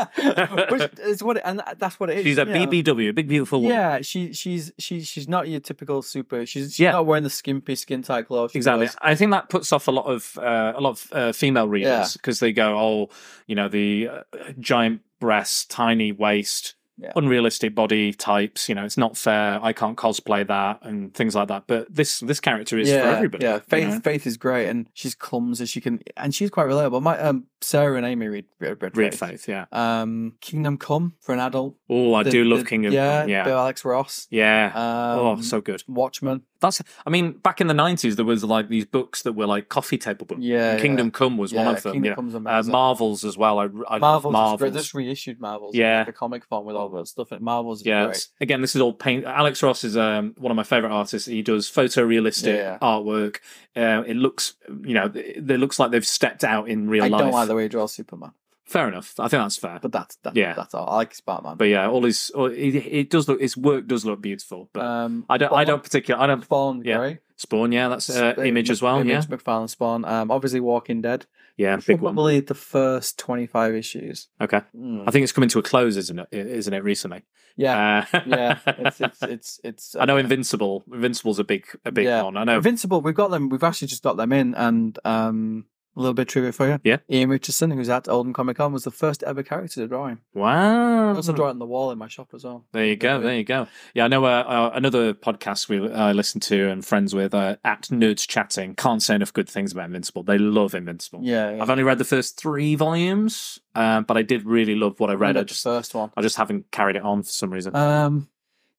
F: Which is what it, and that's what it is.
E: She's a
F: yeah.
E: BBW, big beautiful woman.
F: Yeah, she she's she's she's not your typical super. She's, she's
E: Yeah.
F: not wearing the skimpy skin tight clothes. she
E: Exactly.
F: wears.
E: I think that puts off a lot of uh, a lot of uh, female readers because they go, "Oh, you know, the uh, giant breasts, tiny waist,
F: Yeah.
E: unrealistic body types. You know, it's not fair. I can't cosplay that and things like that." But this this character is for everybody.
F: Yeah,
E: you
F: Faith
E: know?
F: Faith is great, and she's clumsy. She can, and she's quite relatable. My um, Sarah and Amy read read, read,
E: Read
F: Faith.
E: faith, yeah.
F: Um, Kingdom Come for an adult.
E: Oh, I
F: The-
E: do love
F: the-
E: King of yeah,
F: yeah,
E: yeah.
F: Bill Alex Ross. Um,
E: oh, so good.
F: Watchmen.
E: That's. I mean, back in the nineties, there was like these books that were like coffee table books.
F: Yeah,
E: And Kingdom Come was
F: Yeah,
E: one of them.
F: Kingdom
E: yeah.
F: Come's
E: Uh,
F: amazing.
E: Marvels as well. I, I
F: Marvel's, Marvel's.
E: Marvels.
F: Great. They just reissued Marvel's. in,
E: Yeah.
F: like, the comic form with all that stuff. And Marvel's is
E: Yeah,
F: great.
E: it's- again, this is all paint. Alex Ross is um, one of my favorite artists. He does photorealistic
F: Yeah.
E: artwork. Uh, it looks, you know, it, it looks like they've stepped out in real
F: I
E: life.
F: don't like the way he draws Superman,
E: Fair enough. I think that's fair. But,
F: but that's that's,
E: Yeah.
F: that's all. I like Batman.
E: yeah, all his, all, it, it does look. His work does look beautiful. But
F: um,
E: I don't. I
F: Spawn-
E: don't particularly. I don't
F: Spawn,
E: yeah.
F: great.
E: Spawn. Yeah, that's uh,
F: Sp-
E: image as well.
F: Image,
E: yeah,
F: McFarlane Spawn. Um, obviously Walking Dead.
E: yeah, big one. Hmm.
F: Probably the first twenty-five issues.
E: Okay, I think it's coming to a close, isn't it? Isn't it recently?
F: Yeah,
E: Uh,
F: yeah. It's it's it's. it's
E: I know
F: uh,
E: Invincible. Invincible's a big, a big
F: Yeah.
E: one. I know.
F: Invincible, we've got them. We've actually just got them in, and um, a little bit of trivia for you.
E: Yeah.
F: Ian Richardson, who's at Oldham Comic Con, was the first ever character to draw him. I
E: wow.
F: also draw it on the wall in my shop as well.
E: There you go.
F: Lovely.
E: There you go. Yeah, I know uh, uh, another podcast we I listen to and friends with uh, at Nerds Chatting can't say enough good things about Invincible. They love Invincible.
F: Yeah, yeah.
E: I've only read the first three volumes, um, but I did really love what I read. I
F: the
E: just
F: first one.
E: I just haven't carried it on for some reason.
F: Um,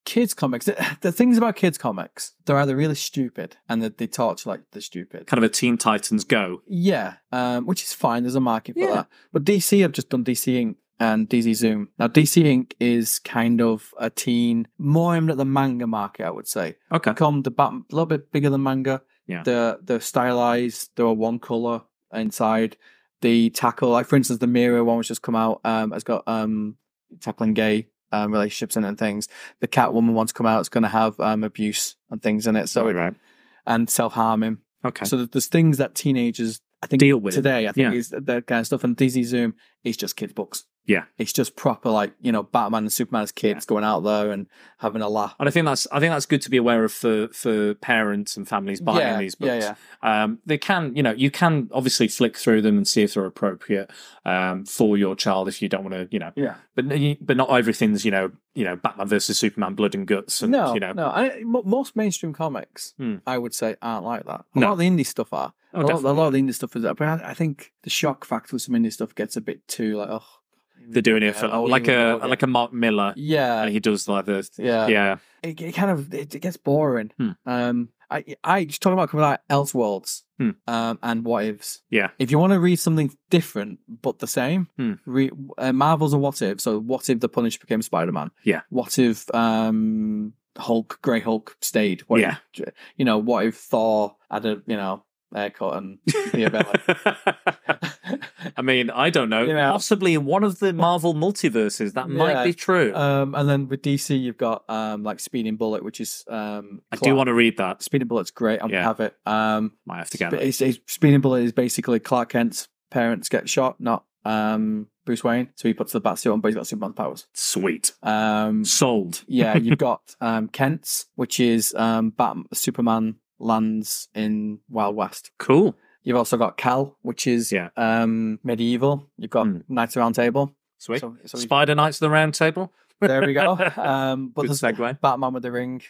F: kids comics. The, the things about kids comics, they're either really stupid and that they talk to like the stupid.
E: kind of a Teen Titans Go.
F: Yeah, um, which is fine. There's a market for
E: Yeah.
F: that. But DC have just done DC Inc. and DC Zoom. Now, DC Inc. is kind of a teen, more aimed at the manga market, I would say.
E: Okay.
F: Come the bat, a little bit bigger than manga.
E: Yeah.
F: They're, they're stylized, they're one color inside. The tackle, like for instance, the mirror one which has come out, um, has got um, tackling gay um, relationships in it and things. The Catwoman one's come out, it's going to have um, abuse and things in it, so it,
E: right.
F: and self harming.
E: Okay.
F: So there's things that teenagers, I think,
E: Deal with.
F: today. I think
E: Yeah.
F: is that kind of stuff. And DZ Zoom is just kids' books.
E: Yeah.
F: it's just proper like you know Batman and Superman as kids going out there and having a laugh.
E: and I think that's I think that's good to be aware of for for parents and families buying
F: yeah,
E: these books.
F: yeah, yeah.
E: um, they can you know you can obviously flick through them and see if they're appropriate um, for your child if you don't want to you know
F: Yeah.
E: but n- but not everything's you know you know batman versus superman blood and guts and
F: no,
E: you know
F: no. I, m- most mainstream comics,
E: Hmm.
F: I would say, aren't like that. A
E: No.
F: lot of the indie stuff are.
E: Oh,
F: a, lot,
E: definitely.
F: a lot of the indie stuff is that. But I, I think the shock factor with some indie stuff gets a bit too like, oh,
E: they're doing it for
F: Yeah, oh,
E: like
F: yeah,
E: a
F: yeah.
E: like a mark miller
F: yeah,
E: and he does like the
F: yeah,
E: yeah
F: it, it kind of it, it gets boring.
E: Hmm.
F: Um, I I just talking about coming out Elseworlds,
E: Hmm.
F: um, and what ifs.
E: Yeah.
F: if you want to read something different but the same,
E: Hmm.
F: re, uh, Marvel's a what if. So what if the Punisher became Spider Man?
E: Yeah.
F: What if um Hulk, Grey Hulk stayed? What
E: Yeah.
F: If, you know, what if Thor had a you know haircut and be a bit like.
E: I mean, I don't know.
F: You know.
E: Possibly in one of the Marvel multiverses, that
F: Yeah.
E: might be true.
F: Um, and then with DC, you've got um like Speeding Bullet, which is um
E: I do want to read that.
F: Speeding Bullet's great. I
E: Yeah.
F: have it. Um,
E: Might have to get
F: But
E: that.
F: it's, it's speeding bullet is basically Clark Kent's parents get shot, not um, Bruce Wayne. So he puts the bat suit on, but he's got Superman's powers.
E: Sweet,
F: Um,
E: sold.
F: yeah, you've got um, Kent's, which is um, Bat- Superman lands in Wild West.
E: Cool.
F: You've also got Cal, which is
E: Yeah.
F: um, medieval. You've got
E: Hmm.
F: Knights Round Table.
E: Sweet.
F: So- so he's-
E: Spider Knights of the Round Table.
F: there we go. Um, but
E: Good
F: there's
E: segue.
F: Batman with the ring.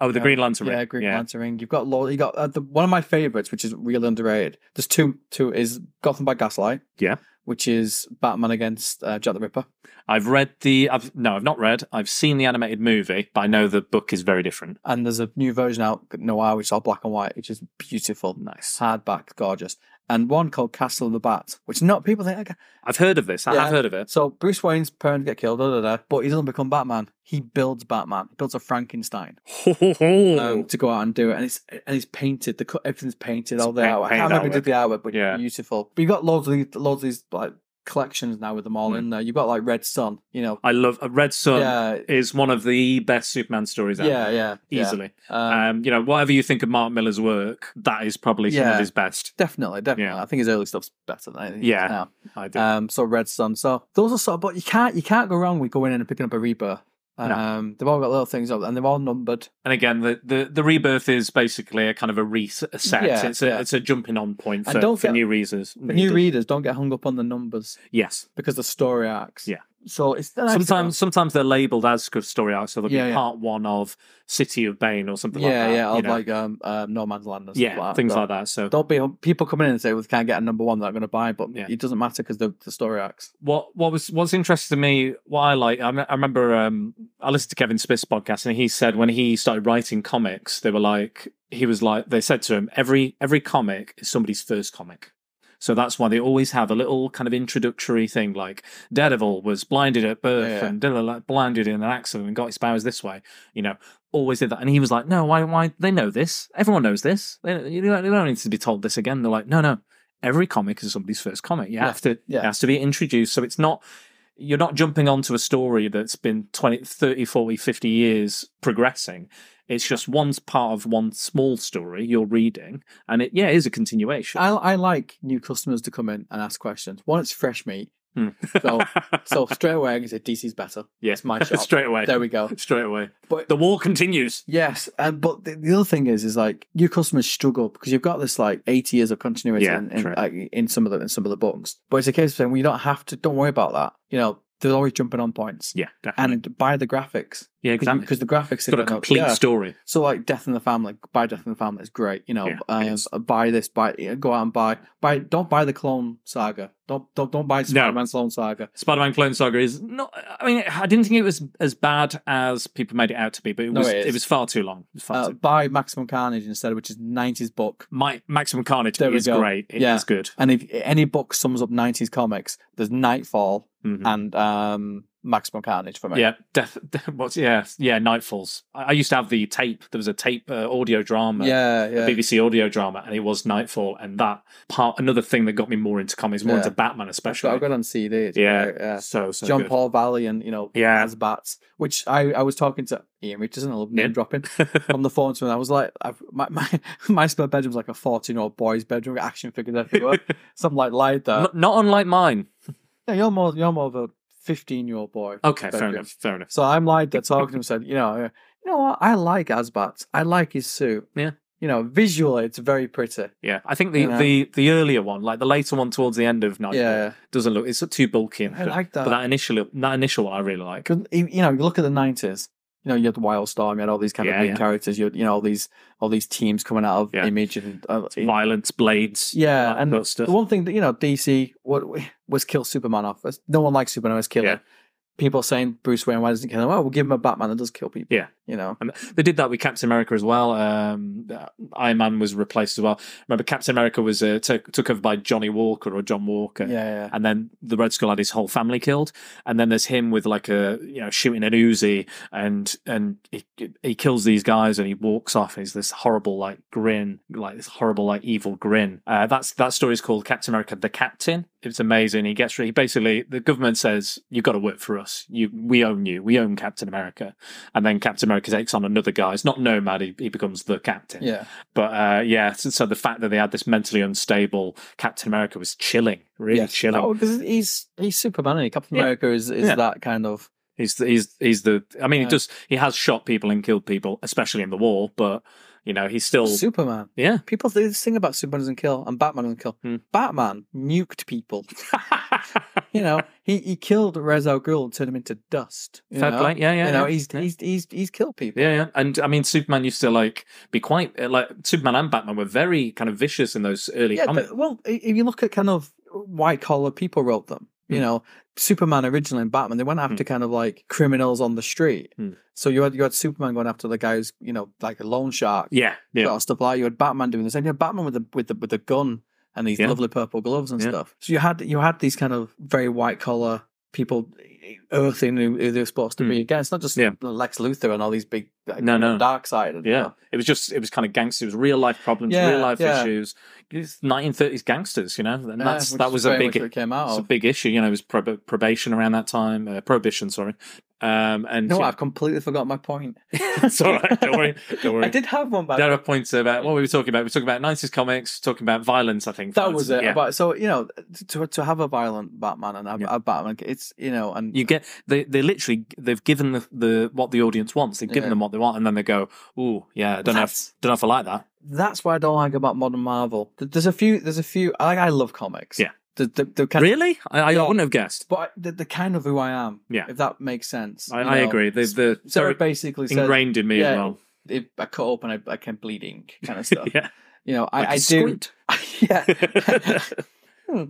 E: Oh, the
F: Yeah.
E: Green Lantern.
F: Yeah,
E: ring.
F: Green Lantern ring. You've got Lord. You got uh, the, one of my favorites, which is really underrated. There's two. Two is Gotham by Gaslight.
E: Yeah.
F: which is Batman against uh, Jack the Ripper.
E: I've read the. I've, no, I've not read. I've seen the animated movie, but I know the book is very different.
F: And there's a new version out, Noir, which is all black and white, which is beautiful,
E: Nice.
F: hardback, gorgeous. And one called Castle of the Bat, which not people think. Okay.
E: I've heard of this. I
F: Yeah.
E: have heard of it.
F: So Bruce Wayne's parents get killed, da, da, da, but he doesn't become Batman. He builds Batman. He builds a Frankenstein. um,
E: Mm.
F: to go out and do it. And it's and it's painted. The co- everything's painted. All the
E: paint-
F: artwork. I
E: paint
F: can't remember who
E: artwork.
F: did the artwork, but
E: Yeah.
F: beautiful. But you got loads of these, loads of these like collections now with them all in there. You've got like Red Sun, you know.
E: I love uh, Red Mm. Sun
F: Yeah.
E: is one of the best Superman stories out
F: Yeah,
E: there,
F: yeah, yeah.
E: easily.
F: Um,
E: Um, you know, whatever you think of Mark Miller's work, that is probably some
F: Yeah.
E: of his best.
F: definitely, definitely.
E: yeah.
F: I think his early stuff's better than anything.
E: Yeah.
F: now.
E: I do.
F: Um, so Red Sun. So those are sort of, but you can't you can't go wrong with going in and picking up a rebirth.
E: No.
F: Um, they've all got little things up, and they're all numbered.
E: and again, the, the the rebirth is basically a kind of a reset.
F: Yeah,
E: it's a
F: yeah.
E: it's a jumping on point
F: And
E: for,
F: don't
E: for
F: get-
E: new readers.
F: But new readers don't get hung up on the numbers
E: yes.
F: because the story arcs.
E: Yeah.
F: So it's they're nice to
E: Sometimes sometimes they're labeled as sc- story arcs, so they'll
F: Oh, Yeah,
E: be
F: yeah.
E: part one of City of Bane or
F: know.
E: something like
F: yeah,
E: that.
F: yeah,
E: you
F: of
E: know.
F: like um, um, No Man's Land and stuff
E: yeah,
F: like that.
E: things
F: So
E: like that. So
F: Don't be people coming in and say we can't get a number one. They're going to buy, but
E: Yeah.
F: it doesn't matter because the the story arcs.
E: what what was what's interesting to me what i like i, me- I remember um i listened to kevin smith's podcast and he said when he started writing comics they were like he was like they said to him every every comic is somebody's first comic so that's why they always have a little kind of introductory thing like daredevil was blinded at birth
F: Yeah.
E: and da- da- da- blinded in an accident and got his powers this way you know always did that and he was like no why why they know this everyone knows this they, you don't, they don't need to be told this again they're like no no every comic is somebody's first comic you
F: Yeah.
E: have to
F: Yeah.
E: it has to be introduced so it's not you're not jumping onto a story that's been 20 30 40 50 years progressing it's just one part of one small story you're reading and it yeah it is a continuation
F: I I like new customers to come in and ask questions. One, it's fresh meat,
E: Hmm.
F: so so straight away I can say DC's better.
E: yes
F: my shop.
E: straight away
F: There we go.
E: straight away
F: But
E: the war continues
F: Yes, and but the, the other thing is, is like your customers struggle because you've got this like eighty years of continuity
E: Yeah,
F: in, in,
E: true.
F: like, in some of the in some of the books. But it's a case of saying, well, you don't have to. Don't worry about that. You know, they're always jumping on points
E: yeah definitely
F: and buy the graphics
E: yeah exactly
F: because the
E: it's
F: graphics
E: got a
F: gonna-
E: complete
F: yeah.
E: story
F: So like Death in the Family, buy Death in the Family is great. You know,
E: Yeah,
F: um,
E: it is.
F: buy this, buy uh, go out and buy buy. Don't buy the Clone Saga. Don't don't don't buy Spider Man's Clone Saga.
E: Spider-Man Clone Saga is not. I mean, I didn't think it was as bad as people made it out to be, but it
F: No,
E: was.
F: it is.
E: it, was far too long. It was far
F: Uh,
E: too-
F: buy Maximum Carnage instead, which is nineties book.
E: My, Maximum Carnage
F: There we
E: is
F: go.
E: great. It is
F: Yeah.
E: good.
F: And if any book sums up 90s comics, there's Nightfall
E: Mhm.
F: and um, Maximum Carnage for me.
E: Yeah, def- def- what's yeah, yeah, Nightfalls. I, I used to have the tape. There was a tape uh, audio drama,
F: Yeah,
E: a
F: yeah.
E: BBC audio drama, and it was Nightfall, and that part another thing that got me more into comics, more
F: Yeah.
E: into Batman
F: But
E: especially.
F: I've got it on CD. It's
E: yeah.
F: great, yeah.
E: so so
F: John
E: good.
F: Paul Valley and, you know,
E: Yeah.
F: as bats, which I, I was talking to Ian Richardson, I love name
E: Yeah.
F: dropping, on the phone to him. I was like, I've, my, my, my spare bedroom's like a 14 year old boy's bedroom, got action figures everywhere. Something like lied there.
E: Not, not unlike mine.
F: Yeah, you're, more, you're more of a 15 year old boy.
E: Okay, fair
F: Bedroom.
E: enough. Fair enough.
F: So I'm like there talking to him, said, you know, uh, you know what? I like Asbat. I like his suit.
E: Yeah.
F: You know, visually, it's very pretty.
E: Yeah, I think the,
F: You know.
E: the the earlier one, like the later one towards the end of Nightfall,
F: Yeah.
E: doesn't look. It's too bulky. And
F: I
E: stuff.
F: like that.
E: But that initial that initial one I really like.
F: 'Cause, you you know, you look at the nineties. You know, you had Wildstorm. You had all these kind
E: Yeah,
F: of big
E: yeah.
F: characters. You had, you know, all these all these teams coming out of
E: Yeah.
F: Image and uh,
E: Violence, blades,
F: yeah.
E: that-
F: And
E: that stuff.
F: the one thing that you know, DC what was kill Superman off. No one likes Superman. Was killing
E: Yeah.
F: people saying Bruce Wayne. Why doesn't he kill him? Oh, we'll give him a Batman that does kill people.
E: Yeah.
F: You know.
E: And they did that with Captain America as well. Um, uh, Iron Man was replaced as well. Remember, Captain America was uh, took took over by Johnny Walker or John Walker.
F: Yeah. yeah.
E: And then the Red Skull had his whole family killed, and then there's him with like a you know shooting an Uzi, and and he, he kills these guys, and he walks off. And he's this horrible like grin, like this horrible like evil grin. Uh, that's that story is called Captain America: The Captain. It's amazing. He gets he basically the government says you've got to work for us. You we own you. We own Captain America, and then Captain America takes on another guy. It's not Nomad. He, he becomes the captain.
F: Yeah.
E: But uh, yeah, so, so the fact that they had this mentally unstable Captain America was chilling, really chilling.
F: because he's he's Superman. And Captain
E: Yeah.
F: America is is
E: Yeah.
F: that kind of
E: He's the, he's he's the. I mean,
F: Yeah.
E: he does. He has shot people and killed people, especially in the war. But you know, he's still.
F: Superman.
E: Yeah.
F: People do this thing about Superman doesn't kill and Batman doesn't kill.
E: Hmm.
F: Batman nuked people. You know, he, he killed Rez Al Ghul and turned him into dust. You
E: Fair
F: know?
E: play. Yeah, yeah.
F: you know,
E: yeah.
F: he's,
E: yeah.
F: he's he's he's killed people.
E: yeah, yeah, and I mean, Superman used to like be quite uh, like Superman and Batman were very kind of vicious in those early
F: Yeah,
E: comics.
F: but, well, i- if you look at kind of white collar people wrote them. You
E: Hmm.
F: know, Superman originally and Batman, they went after kind of like criminals on the street.
E: Hmm.
F: So you had you had Superman going after the guys, you know, like a loan shark.
E: Yeah,
F: sort
E: yeah,
F: of stuff like that. you had Batman doing the same. You had Batman with the with the with the gun and these
E: Yeah.
F: lovely purple gloves and
E: Yeah.
F: stuff. So you had you had these kind of very white collar people e, earthing who, who they're supposed to be. Again, it's not just
E: Hmm. Yeah.
F: Lex Luthor and all these big like,
E: No, no.
F: dark sided.
E: Yeah, it was just it was kind of gangsters. It was real life problems,
F: Yeah,
E: real life
F: yeah.
E: issues. Nineteen thirties gangsters, you know, and that's that was a big
F: it came out
E: it's a
F: of.
E: big issue. You know, it was prob- probation around that time, uh, prohibition, sorry. Um, and
F: No,
E: yeah,
F: I've completely forgot my point.
E: it's all right. Don't worry, don't worry.
F: I did have one back.
E: There are points about what we were talking about. We were talking about nineties comics, talking about violence. I think
F: That
E: violence,
F: was it.
E: yeah.
F: About, so you know, to to have a violent Batman and a,
E: Yeah.
F: a Batman, it's you know, and
E: You get they they literally they've given the, the what the audience wants. They've given
F: Yeah.
E: them what they want, and then they go, "Ooh, yeah, I don't know, if,
F: That's-
E: don't know if I like that."
F: that's what I don't like about modern Marvel. Th- There's a few. There's a few. I I love comics.
E: Yeah.
F: The the, the kind
E: Really, I, I
F: Yeah.
E: wouldn't have guessed.
F: but I- the, the kind of who I am.
E: Yeah.
F: If that makes sense.
E: I,
F: you
E: I
F: know.
E: agree. There's the
F: So
E: very
F: it basically says
E: ingrained in me
F: yeah,
E: as well.
F: if I cut open, I, I can bleed ink kind of stuff.
E: yeah,
F: You know, I,
E: like a
F: I do.
E: squint.
F: yeah. Hmm.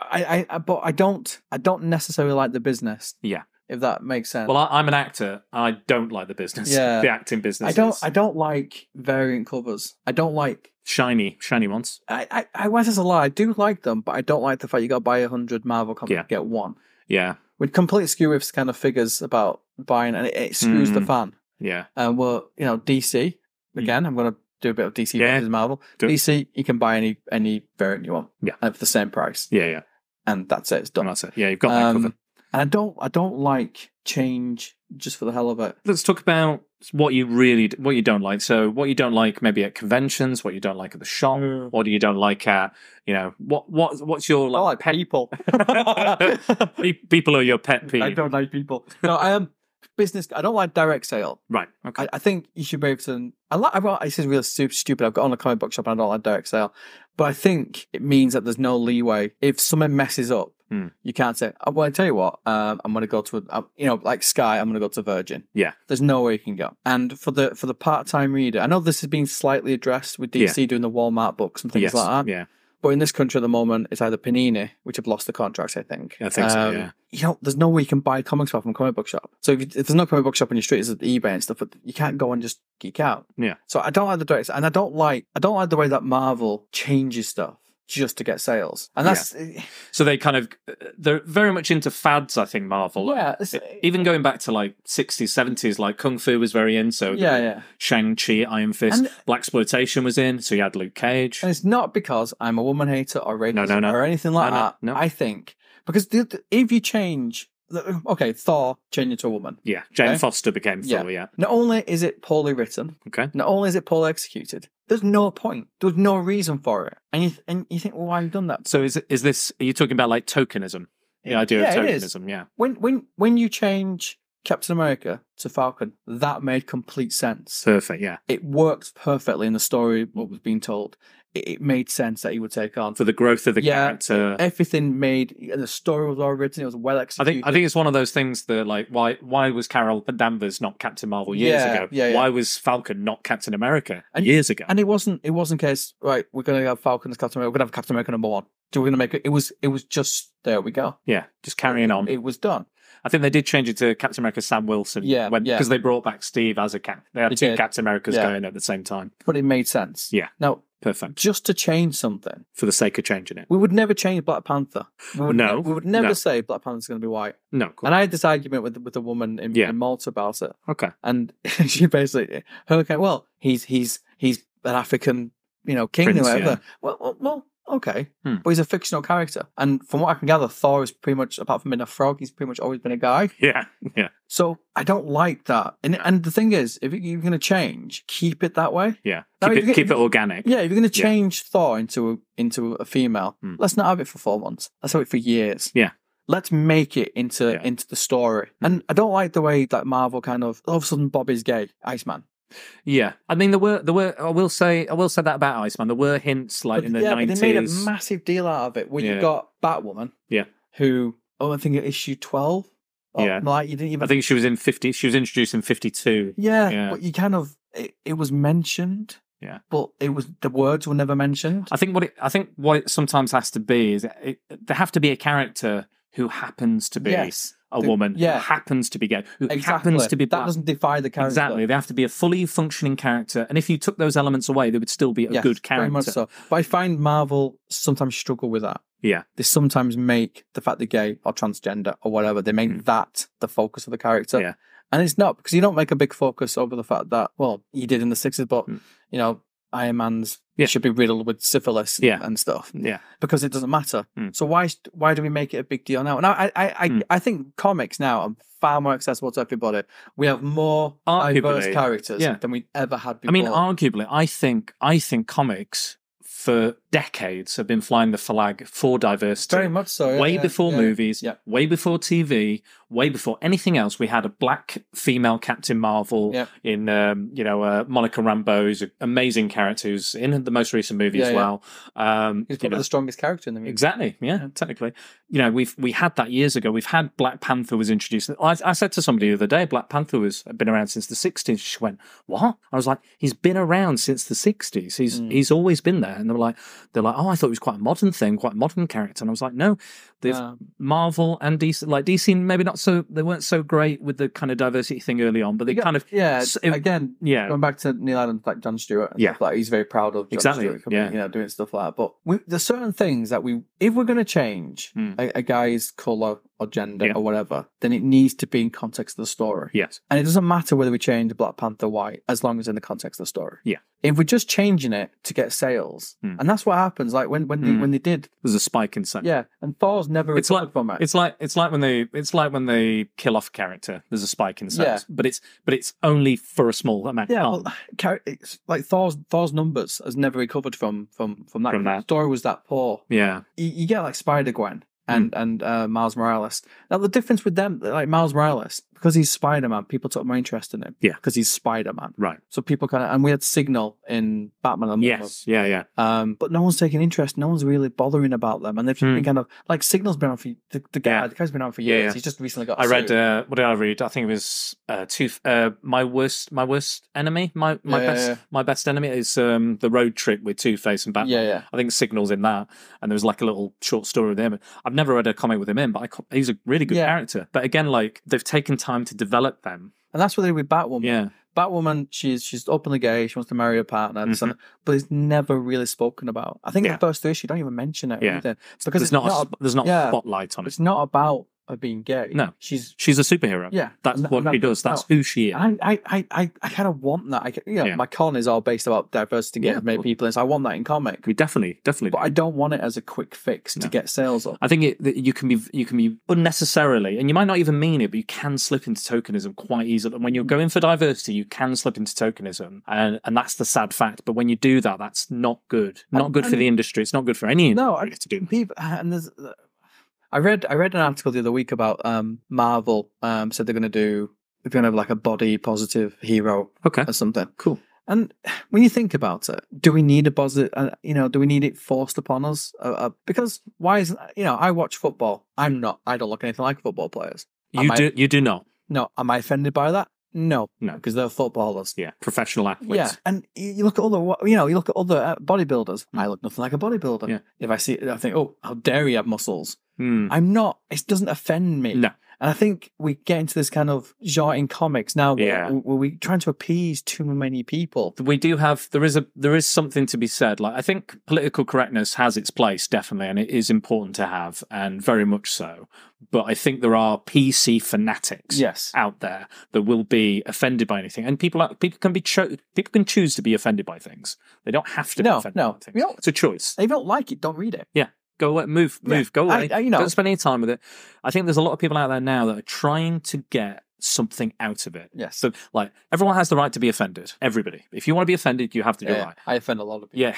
F: I, I, I, but I don't. I don't necessarily like the business.
E: Yeah.
F: If that makes sense.
E: Well, I, I'm an actor. I don't like the business.
F: Yeah.
E: the acting business.
F: I don't.
E: is
F: I don't like variant covers. I don't like.
E: shiny, shiny ones.
F: I. I. I was as a lie. I do like them, but I don't like the fact you got to buy a hundred Marvel comics
E: Yeah.
F: to get one.
E: Yeah,
F: With complete skew with kind of figures about buying, and it, it screws the
E: Mm.
F: fan.
E: yeah.
F: And well, you know, DC again. I'm going to do a bit of DC
E: Yeah.
F: versus Marvel.
E: Do it.
F: DC, you can buy any any variant you want.
E: Yeah.
F: and for the same price,
E: Yeah, yeah.
F: and that's it. It's
E: Don't
F: done.
E: answer. Yeah, you've got that
F: Um,
E: covered.
F: and I don't. I don't like change just for the hell of it.
E: Let's talk about what you really, what you don't like. So, what you don't like, maybe at conventions, what you don't like at the shop,
F: Mm.
E: what do you don't like at, you know, what, what, what's your
F: I
E: like,
F: like people.
E: pet? Pe- People are your pet
F: I
E: peeve,
F: don't like people. No, I am business. I don't like direct sale.
E: right? Okay.
F: I, I think you should be able to. I like. I've got, this is real stu- stupid. I've got on a comic book shop and I don't like direct sale, but I think it means that there's no leeway. If someone messes up,
E: Hmm.
F: you can't say, oh, "Well, I tell you what, um, I'm going to go to, a, um, you know, like Sky. I'm going to go to Virgin."
E: Yeah.
F: there's no way you can go. And for the for the part time reader, I know this has been slightly addressed with DC doing the Walmart books and things
E: yes.
F: like that.
E: yeah.
F: But in this country at the moment, it's either Panini, which have lost the contracts, I think. Um,
E: I think so, yeah.
F: You know, there's no way you can buy comics off from a comic book shop. So if, you, if there's no comic book shop on your street, it's at eBay and stuff. But you can't go and just geek out.
E: Yeah.
F: So I don't like the direct, and I don't like I don't like the way that Marvel changes stuff just to get sales. And that's yeah.
E: So they kind of, they're very much into fads. I think Marvel.
F: it's-
E: Even going back to like 60s, 70s, like Kung Fu was very in. So
F: yeah, yeah.
E: Shang-Chi, Iron Fist,
F: And-
E: Black Exploitation was in, so you had Luke Cage.
F: And it's not because I'm a woman hater or racist
E: No, no, no.
F: or anything like
E: No, no,
F: that.
E: no.
F: I think because the, the- if you change, okay, Thor change it to a woman.
E: Yeah, Jane
F: Okay.
E: Foster became
F: Yeah.
E: Thor, yeah.
F: Not only is it poorly written,
E: Okay.
F: Not only is it poorly executed, there's no point. There's no reason for it. And you, and you think, well, why have you done that?
E: So is is this are you talking about like tokenism? The idea
F: Yeah,
E: of
F: it is.
E: tokenism, yeah.
F: When when when you change Captain America to Falcon, that made complete sense.
E: Perfect, yeah.
F: It worked perfectly in the story what was being told. It, it made sense that he would take on.
E: For the growth of the
F: Yeah.
E: character.
F: Everything made the story was well written. It was well
E: I
F: executed.
E: think I think it's one of those things that like why why was Carol Danvers not Captain Marvel years
F: Yeah,
E: ago?
F: yeah, yeah.
E: Why was Falcon not Captain America
F: And-
E: years ago?
F: and it wasn't. It wasn't case right. We're gonna have Falcon as Captain America. We're gonna have Captain America number one. Do we gonna make it? It was. It was just there. We go.
E: yeah, just carrying on.
F: It was done.
E: I think they did change it to Captain America Sam Wilson.
F: Yeah, yeah.
E: because they brought back Steve as a cap. They had
F: They
E: two
F: did.
E: Captain Americas
F: Yeah.
E: going at the same time.
F: But it made sense.
E: Yeah.
F: Now
E: Perfect.
F: just to change something.
E: For the sake of changing it.
F: We would never change Black Panther. We would
E: No,
F: we would never
E: no.
F: say Black Panther's going to be white.
E: No, cool.
F: And I had this argument with with a woman in,
E: Yeah.
F: in Malta about it,
E: Okay.
F: and she basically her okay, well, he's he's he's an African, you know, king
E: Prince,
F: or whatever. Well, well, well, okay,
E: Hmm.
F: but he's a fictional character, and from what I can gather, Thor is pretty much apart from being a frog, he's pretty much always been a guy.
E: Yeah. Yeah.
F: So I don't like that. And and the thing is, if you're going to change, keep it that way.
E: Yeah.
F: No,
E: Keep,
F: you
E: it,
F: get-
E: keep it organic.
F: Yeah, if you're going to
E: Yeah.
F: change Thor into a, into a female,
E: Hmm.
F: let's not have it for four months. Let's have it for years.
E: Yeah.
F: Let's make it into
E: Yeah. Hmm.
F: into the story. And I don't like the way that Marvel kind of all of a sudden Bobby's gay, Iceman.
E: Yeah, I mean there were there were I will say I will say that about Iceman. There were hints like in the
F: yeah, but
E: nineties.
F: they made a massive deal out of it where
E: Yeah.
F: you got Batwoman.
E: Yeah.
F: Who oh I think at issue twelve. or,
E: Yeah.
F: Like you didn't even
E: I think she was in fifty. She was introduced in fifty two.
F: yeah,
E: yeah.
F: but you kind of it, it was mentioned.
E: Yeah.
F: But it was the words were never mentioned.
E: I think what it, I think what it sometimes has to be is it, it, there have to be a character who happens to be
F: Yes.
E: a
F: The-
E: woman
F: yeah.
E: who happens to be gay, who
F: Exactly.
E: happens to be
F: that
E: black.
F: doesn't defy the character.
E: Exactly. They have to be a fully functioning character. And if you took those elements away, they would still be a
F: Yes,
E: good
F: Very
E: character.
F: much so. But I find Marvel sometimes struggle with that.
E: Yeah.
F: They sometimes make the fact they're gay or transgender or whatever, they make that the focus of the character.
E: Hmm. Yeah.
F: And it's not because you don't make a big focus over the fact that, well, you did in the 60s, but, you know, Iron Man's
E: Hmm. Yeah.
F: should be riddled with syphilis
E: Yeah.
F: and stuff
E: Yeah.
F: because it doesn't matter.
E: Mm.
F: So why why do we make it a big deal now? Now I I I,
E: Mm.
F: I think comics now are far more accessible to everybody. We have more
E: Arguably,
F: diverse characters
E: yeah.
F: than we ever had
E: I
F: before.
E: mean, arguably, I think I think comics for decades have been flying the flag for diversity.
F: very much so. yeah,
E: way
F: yeah,
E: before
F: yeah.
E: movies,
F: yeah.
E: way before TV, way before anything else. We had a black female Captain Marvel
F: Yeah.
E: in, um, you know, uh, Monica Rambeau, who's an amazing character who's in the most recent movie
F: Yeah,
E: as
F: yeah.
E: well. Um,
F: He's
E: you know,
F: probably the strongest character in the movie.
E: Exactly. Yeah, technically, you know, we've we had that years ago. We've had Black Panther was introduced. I, I said to somebody the other day, Black Panther was been around since the '60s. She went, "What?" I was like, "He's been around since the '60s. He's
F: Mm.
E: he's always been there." And they were like, "They're like, oh, I thought it was quite a modern thing, quite a modern character." And I was like, "No, they've
F: No.
E: Marvel and DC, like DC, maybe not so. They weren't so great with the kind of diversity thing early on, but they kind of
F: Yeah. Um,
E: s- it-
F: again,
E: yeah,
F: going back to Neil Adams, like John Stewart. And
E: Yeah.
F: Stuff like that, he's very proud of John
E: Exactly,
F: Stewart coming,
E: yeah.
F: You know, doing stuff like that. But we, there's certain things that we, if we're going to change
E: Hmm.
F: a, a guy's color or gender
E: Yeah.
F: or whatever, then it needs to be in context of the story.
E: yes,
F: And it doesn't matter whether we change Black Panther white, as long as in the context of the story.
E: Yeah.
F: If we're just changing it to get sales,
E: Hmm.
F: and that's what happens. Like when when they,
E: Hmm.
F: when they did,
E: there's a spike in sales.
F: yeah. And Thor's never
E: It's
F: recovered
E: like-
F: from it.
E: It's like it's like when they it's like when they kill off a character. There's a spike in sales,
F: Yeah.
E: but it's but it's only for a small amount.
F: Yeah,
E: Oh,
F: well, char- it's like Thor's Thor's numbers has never recovered from from from that.
E: From that.
F: story was that poor.
E: yeah,
F: You, you get like Spider Gwen and
E: Hmm.
F: and uh, Miles Morales. Now the difference with them, like Miles Morales, because he's Spider Man, people took more interest in him.
E: Yeah.
F: because he's Spider Man.
E: right.
F: So people kind of and we had Signal in Batman and Marvel.
E: Yes, yeah, yeah.
F: Um, but no one's taking interest. No one's really bothering about them, and they've just
E: Hmm.
F: been kind of like Signal's been on for the, the guy.
E: Yeah.
F: The guy's been on for
E: Yeah,
F: years.
E: yeah.
F: He's just recently got.
E: I read.
F: sued.
E: Uh, what did I read? I think it was uh, two. Uh, my worst. My worst enemy. My my
F: Yeah, yeah,
E: best.
F: yeah.
E: My best enemy is um, the road trip with Two Face and Batman.
F: yeah, yeah.
E: I think Signals in that, and there was like a little short story with him. I've never read a comic with him in, but I, co- he's a really good
F: Yeah.
E: character. But again, like they've taken time to develop them.
F: And that's what they did with Batwoman.
E: Yeah,
F: Batwoman, she's she's openly gay. She wants to marry a partner, and
E: Mhm.
F: so- but it's never really spoken about. I think
E: Yeah.
F: the first two issue don't even mention it. or
E: Yeah.
F: anything. It's because
E: there's
F: it's
E: not,
F: not.
E: a, sp- there's not
F: yeah.
E: a spotlight on it.
F: it's not about her being gay.
E: No.
F: she's
E: She's a superhero.
F: yeah.
E: That's
F: and-
E: what
F: and
E: she does. That's
F: no.
E: who she is.
F: I I I I, I kind of want that. I ca- you know,
E: Yeah.
F: my con is all based about diversity and
E: Yeah,
F: getting many
E: well-
F: people, and so I want that in comic.
E: We definitely, definitely.
F: But I don't want it as a quick fix to
E: No.
F: get sales up.
E: I think it, that you can be you can be unnecessarily, and you might not even mean it, but you can slip into tokenism quite easily. And when you're
F: Mm.
E: going for diversity, you can slip into tokenism, and and that's the sad fact. But when you do that, that's not good. Not good for the industry. It's not good for any
F: No,
E: industry to do.
F: people uh, and there's i read i read an article the other week about um marvel um said they're going to do they're going to have like a body positive hero
E: Okay.
F: or something
E: Cool.
F: and when you think about it do we need a positive uh, you know do we need it forced upon us uh, uh, because why is you know i watch football
E: Hmm.
F: i'm not i don't look anything like football players
E: You
F: Am I-
E: do you do not.
F: no am i offended by that no
E: No.
F: because they're footballers
E: Yeah, professional athletes.
F: yeah, and you you look at other, wa- you know, you look at other uh, bodybuilders. I look nothing like a bodybuilder.
E: Yeah.
F: If I see, it, I think, oh, how dare you have muscles?
E: Hmm.
F: I'm not. It doesn't offend me.
E: No.
F: And I think we get into this kind of genre in comics now. Where,
E: Yeah.
F: where we trying to appease too many people?
E: we do have there is a there is something to be said like i think political correctness has its place definitely and it is important to have and very much so but i think there are pc fanatics
F: Yes.
E: out there that will be offended by anything and people are, people can be cho- people can choose to be offended by things they don't have to
F: No,
E: be offended
F: no.
E: by things
F: We don't-
E: it's a choice
F: If you don't like it, don't read it.
E: go away move
F: Yeah.
E: move go away
F: I- I- you know-
E: don't spend any time with it i think there's a lot of people out there now that are trying to get something out of it
F: Yes.
E: so like everyone has the right to be offended everybody if you want to be offended you have to do
F: Yeah,
E: right
F: I offend a lot of people.
E: yeah.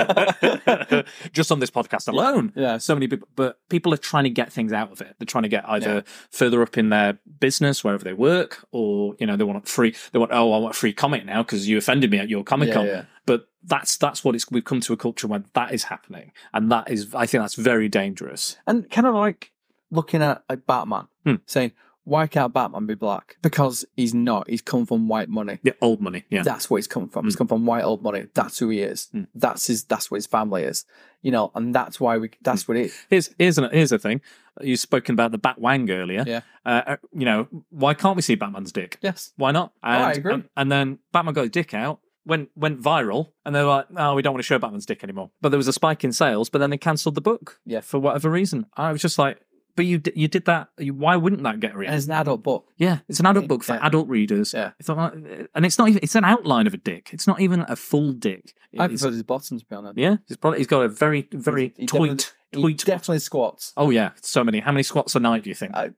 E: Just on this podcast alone.
F: Yeah.
E: So many people, but people are trying to get things out of it. They're trying to get either further up in their business, wherever they work, or, you know, they want free, they want, oh, I want a free comic now because you offended me at your Comic Con.
F: Yeah, yeah.
E: But that's, that's what it's, we've come to a culture where that is happening. And that is, I think that's very dangerous.
F: And kind of like looking at like Batman,
E: Hmm.
F: saying, Why can't Batman be black? Because he's not. He's come from white money.
E: Yeah, old money. Yeah. Hmm.
F: That's where he's come from. He's come from white old money. That's who he is.
E: Mm.
F: That's his. That's what his family is. You know, and that's why we. That's
E: Hmm.
F: what it is.
E: Here's here's an, here's a thing. You've spoken about the Batwang earlier.
F: Yeah.
E: Uh, uh, you know, why can't we see Batman's dick?
F: Yes.
E: Why not? And,
F: Oh, I agree.
E: And, and then Batman got his dick out, went went viral, and they were like, "Oh, we don't want to show Batman's dick anymore." But there was a spike in sales, but then they cancelled the book.
F: Yeah.
E: For whatever reason, I was just like, "But you di- you did that. You, why wouldn't that get a
F: And
E: reaction?"
F: it's an adult book.
E: Yeah, it's an adult book for
F: Yeah.
E: adult readers.
F: Yeah.
E: It's not like, and it's not even it's an outline of a dick. It's not even a full dick.
F: I
E: It's-
F: prefer his bottoms to be honest.
E: yeah, he's probably he's got a very very
F: He definitely-
E: tweet
F: He
E: tweet.
F: definitely squats.
E: Oh yeah, so many. How many squats a night do you think?
F: I-